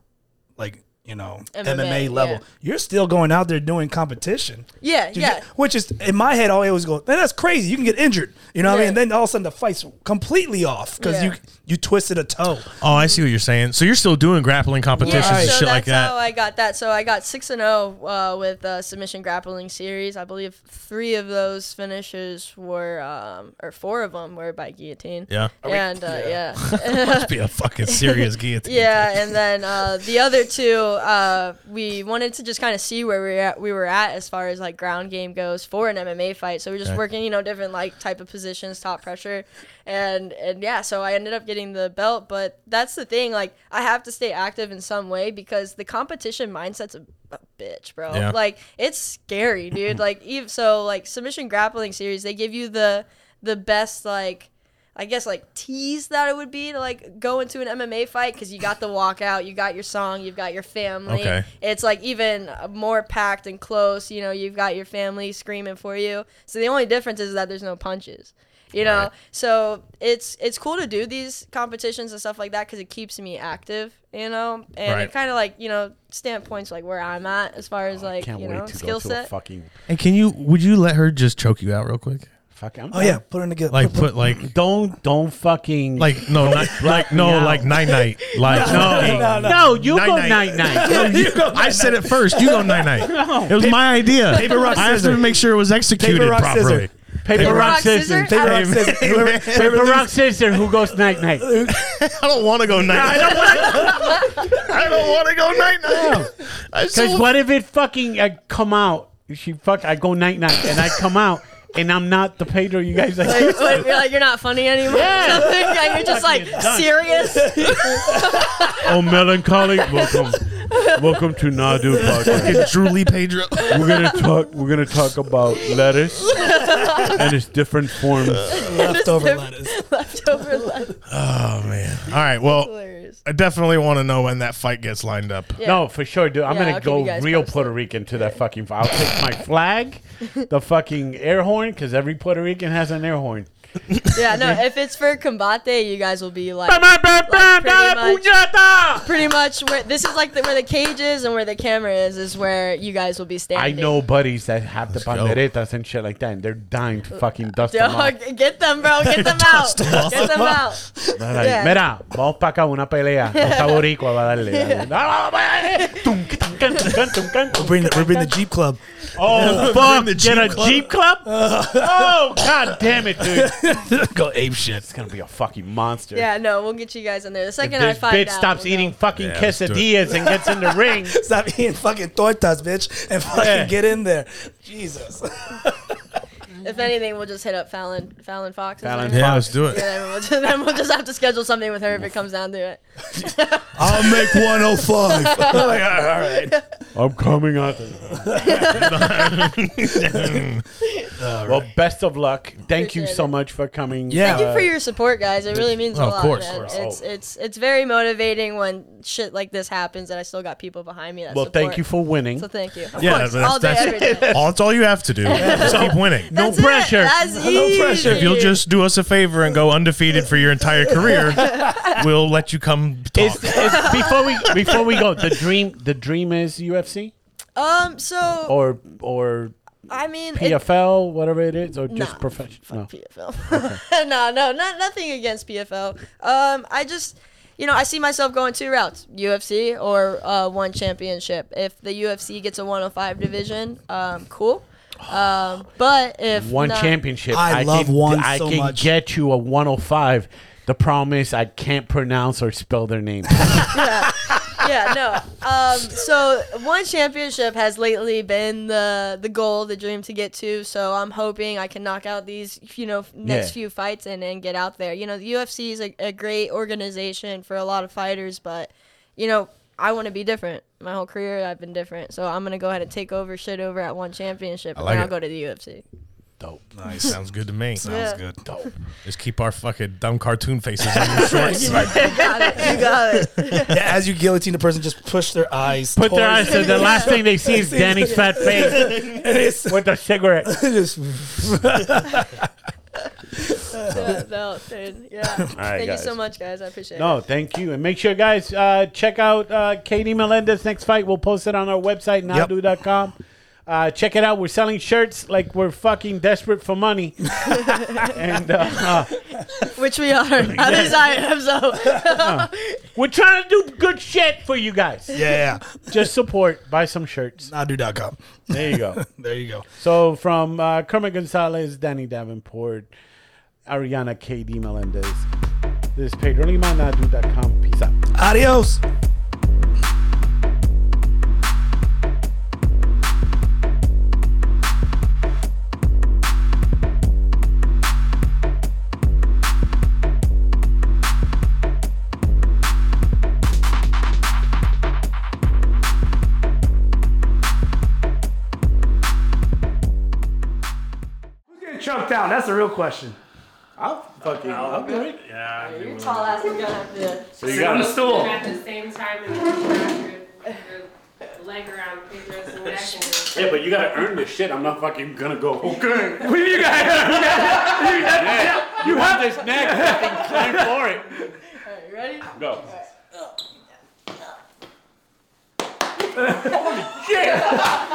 S4: like you know MMA,
S3: MMA,
S4: level,
S3: yeah.
S4: you're still going out there doing competition.
S3: yeah,
S4: Jiu-
S3: yeah.
S4: Which is in my head, I always go, man, that's crazy. You can get injured. You know what I mean?
S3: Yeah.
S4: And then all of a sudden the fight's completely off because
S3: Yeah.
S4: you you twisted a toe.
S2: Oh, I see what you're saying. So you're still doing grappling competitions
S3: Yeah,
S2: and
S3: so
S2: shit
S3: that's
S2: like that.
S3: how I got that. So I got six and zero uh, with uh, submission grappling series. I believe three of those finishes were, um, or four of them were by guillotine.
S2: yeah.
S3: And uh, yeah.
S2: Must be a fucking serious guillotine.
S3: Yeah, and then uh, the other two, uh, we wanted to just kind of see where we were at, we were at as far as like ground game goes for an MMA fight. So we're just working, you know, different like type of positions, top pressure, and and yeah. So I ended up getting the belt, but that's the thing. Like I have to stay active in some way because the competition mindset's a, a bitch, bro.
S2: Yeah.
S3: Like it's scary, dude. like even so, like submission grappling series, they give you the the best like I guess like tease that it would be to like go into an MMA fight because you got the walkout, you got your song, you've got your family.
S2: Okay.
S3: It's like even more packed and close. You know, you've got your family screaming for you. So the only difference is that there's no punches. You know, so it's it's cool to do these competitions and stuff like that because it keeps me active. You know, and
S2: Right.
S3: it kind of like you know standpoints like where I'm at as far as like
S5: Oh, Can't
S3: you
S5: wait
S3: know
S5: to
S3: skill
S5: go to a
S3: set.
S5: fucking
S2: And can you would you let her just choke you out real quick?
S5: fuck. I'm
S4: Oh yeah, put her in the
S2: Like put like
S5: Don't don't fucking
S2: like no not, like no
S5: out.
S2: like night night like
S5: no no, you go night
S2: Night-night.
S5: night.
S2: No, you, I said it first. You go night night. It was my idea.
S4: Paper, rock,
S2: I have to
S4: scissors.
S2: make sure it was executed
S4: Paper, rock,
S2: properly.
S4: scissors.
S5: Paper rock scissors.
S4: paper rock
S2: Amen.
S4: scissors. Whoever- whoever
S5: Paper
S4: loses-
S5: rock scissors. Who goes night night?
S2: I don't want to go night. night. I don't want to go night night. I
S5: Because
S2: so,
S5: what if it fucking I come out? She fuck. I go night night, and I come out, and I'm not the Pedro you guys like.
S3: Like, what, you're like you're not funny anymore. Yeah, yeah you're just like serious.
S5: oh, melancholy. Welcome, welcome to Nadu podcast.
S2: Truly, Pedro.
S5: We're gonna talk. We're gonna talk about lettuce and its different forms.
S4: leftover lettuce.
S3: Leftover left.
S2: Oh man. All right. Well,
S3: Hilarious.
S2: I definitely want to know when that fight gets lined up.
S5: No, for sure, dude. I'm
S3: Yeah, I'll
S5: gonna
S3: keep you
S5: go
S3: guys
S5: real
S3: posted.
S5: Puerto Rican to that fucking. I'll take my flag, the fucking air horn, because every Puerto Rican has an air horn.
S3: Yeah, no, if it's for Combate, you guys will be like pretty much-
S5: I
S3: pretty much where this is like the, where the cage is and where the camera is is where you guys will be standing.
S5: know buddies that have the
S2: go.
S5: panderetas and shit like that, and they're dying to fucking dust them off.
S3: Dog, get them, bro. Get them out. Get them out.
S5: Dale ahí.
S3: Yeah.
S5: Mira, vamos para acá una pelea. Costa Boricua va a darle. dale. Ah, va, va. Tum, que tum, can, tum, can, tum, can, tum.
S4: We're bringing the, we're bringing the Jeep Club.
S5: Oh fuck!
S2: the
S5: Get
S2: Jeep
S5: a
S2: club.
S5: Jeep Club? Oh god damn it, dude! It's
S4: go ape shit.
S5: gonna be a fucking monster.
S3: Yeah, no, we'll get you guys in there. The
S5: If
S3: second I
S5: this
S3: find
S5: bitch
S3: out,
S5: stops
S3: we'll
S5: eating
S3: go.
S5: fucking
S2: Yeah, let's do it.
S5: quesadillas and gets in the ring,
S4: Stop eating fucking tortas, bitch, and fucking
S5: Yeah.
S4: get in there. Jesus.
S3: If anything, we'll just hit up Fallon, Fallon Fox. is
S5: Fallon
S3: her name?
S5: Fox.
S2: Yeah, let's do it.
S3: Yeah, then, we'll just, then we'll just have to schedule something with her if it comes down to it.
S4: I'll make 105. Like, all right.
S5: I'm coming out. Well, best of luck. Thank you
S3: Appreciate
S5: so
S3: it.
S5: much for coming. Uh,
S4: Yeah.
S3: Thank you for your support, guys. It really means
S2: Oh,
S3: a
S2: of
S3: lot.
S2: course,
S3: man.
S2: of course.
S3: It's it's it's very motivating when shit like this happens, and I still got people behind me. That
S5: well,
S3: support.
S5: thank you for winning.
S3: So thank you. Of
S2: Yeah,
S3: course,
S2: but that's-
S3: all day,
S2: that's-
S3: every day.
S2: All, that's all you have to do. Just keep winning.
S5: No
S3: That's it.
S5: pressure.
S3: That's
S4: No pressure.
S2: If you'll just do us a favor and go undefeated for your entire career, we'll let you come talk.
S5: Is- is- before we before we go, the dream the dream is UFC
S3: um. So
S5: or or
S3: I mean, it-
S5: PFL, whatever it is, or just
S3: Nah.
S5: professional. No.
S3: PFL. no, no, not nothing against PFL. Um, I just, you know, I see myself going two routes: UFC or uh, one championship. If the UFC gets a 105 division, um, cool. Um, but if
S5: one
S3: not-
S5: championship.
S4: I love
S5: can,
S4: one
S5: I
S4: so
S5: can
S4: much.
S5: get you a 105. The problem is I can't pronounce or spell their name.
S3: yeah, no. Um, so one championship has lately been the the goal, the dream to get to. So I'm hoping I can knock out these, you know, next
S5: Yeah.
S3: few fights and and get out there. You know, the UFC is a, a great organization for a lot of fighters, but you know, I want to be different. My whole career, I've been different. So I'm gonna go ahead and take over shit over at one championship, and
S2: like
S3: then I'll
S2: it.
S3: go to the UFC.
S5: Dope.
S4: Nice.
S2: Sounds good to me.
S4: Sounds
S3: Yeah.
S4: good.
S5: Dope.
S2: Just keep our fucking dumb cartoon faces on your shorts.
S3: Got it. You got it.
S4: Yeah, as you guillotine the person, just push their eyes.
S5: Put their eyes
S4: towards-
S5: to the last thing they see is Danny's fat face
S4: It's-
S5: with a cigarette.
S4: it's-
S3: Yeah, no, dude. Yeah. Thank
S5: guys.
S3: you so much, guys. I appreciate it.
S5: No, thank you. And make sure, guys, uh, check out uh, Katie Melendez next fight. We'll post it on our website,
S4: Yep.
S5: nowdo.com. Uh, check it out. We're selling shirts like we're fucking desperate for money. and uh, uh,
S3: Which we are. At least I am. So.
S5: we're trying to do good shit for you guys.
S4: yeah, yeah.
S5: Just support, buy some shirts.
S4: Nadu.com.
S5: There you go.
S4: There you go.
S5: So from uh, Kermit Gonzalez, Danny Davenport, Ariana KD Melendez, this is Pedro Lima, nowdo.com. Peace out.
S4: Adios.
S6: Who's getting choked down? That's the real question.
S3: Your tall ass is gonna have to.
S6: Sit on the stool.
S7: At the same time, and then your leg around Pedro's neck and.
S5: Yeah, but you gotta earn this shit. I'm not fucking gonna go. Okay.
S6: What do you mean you got?
S5: You have this neck. Fucking climb for it.
S3: Alright, you ready?
S5: Go.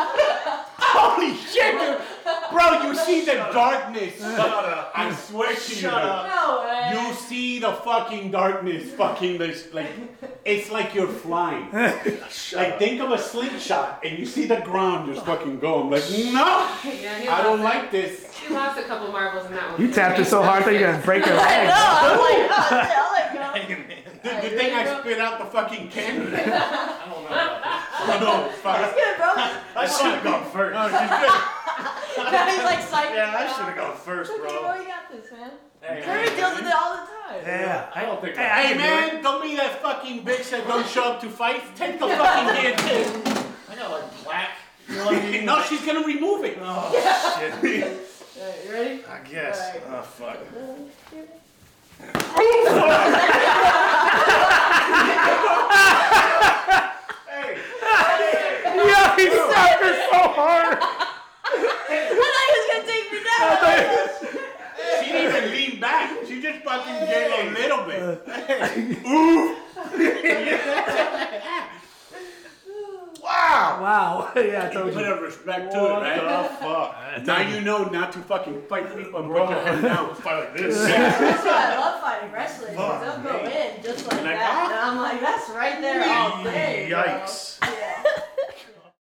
S5: Holy shit! Holy shit, dude. Bro, you see the darkness. I swear to you. dude.
S3: No way.
S5: You see the fucking darkness, fucking this, like, it's like you're flying. like, think of a slingshot, and you see the ground just fucking go. I'm like, no,
S7: Yeah, he
S5: I don't
S7: lost-
S5: like this.
S7: He lost a couple marbles in that one.
S6: You tapped it so hard, I thought you were gonna break your
S3: I know. I'm
S6: leg.
S3: like, oh, shit, I'll let go.
S5: Dude, good thing I spit out the fucking candy. I don't know. I know. Fuck.
S3: Good, bro.
S5: I should have gone first. No, she's good.
S3: Now he's like psyched.
S5: Yeah, I should have gone first,
S3: Look,
S5: bro.
S3: you got this, man. Curry deals with it all the time.
S5: I don't think. Hey, hey man, don't be that fucking bitch that don't show up to fights. Take the fucking guillotine. I got like black. no, she's gonna remove it.
S3: Alright, you ready?
S6: I guess. Oh fuck. Yeah, he tapped it so hard.
S3: I thought he was gonna take me down.
S5: She didn't even lean back. She just fucking gave a little bit.
S6: Wow. Yeah, I told
S5: Put
S6: you.
S5: a respect to it, man. fuck? Now you know not to fucking fight people and put your head down. Fight like this.
S3: That's why I love fighting wrestlers. 'cause They'll go in just like
S5: Like,
S3: that. And I'm like, that's right there all day. bro.
S5: Yikes.
S3: Yeah.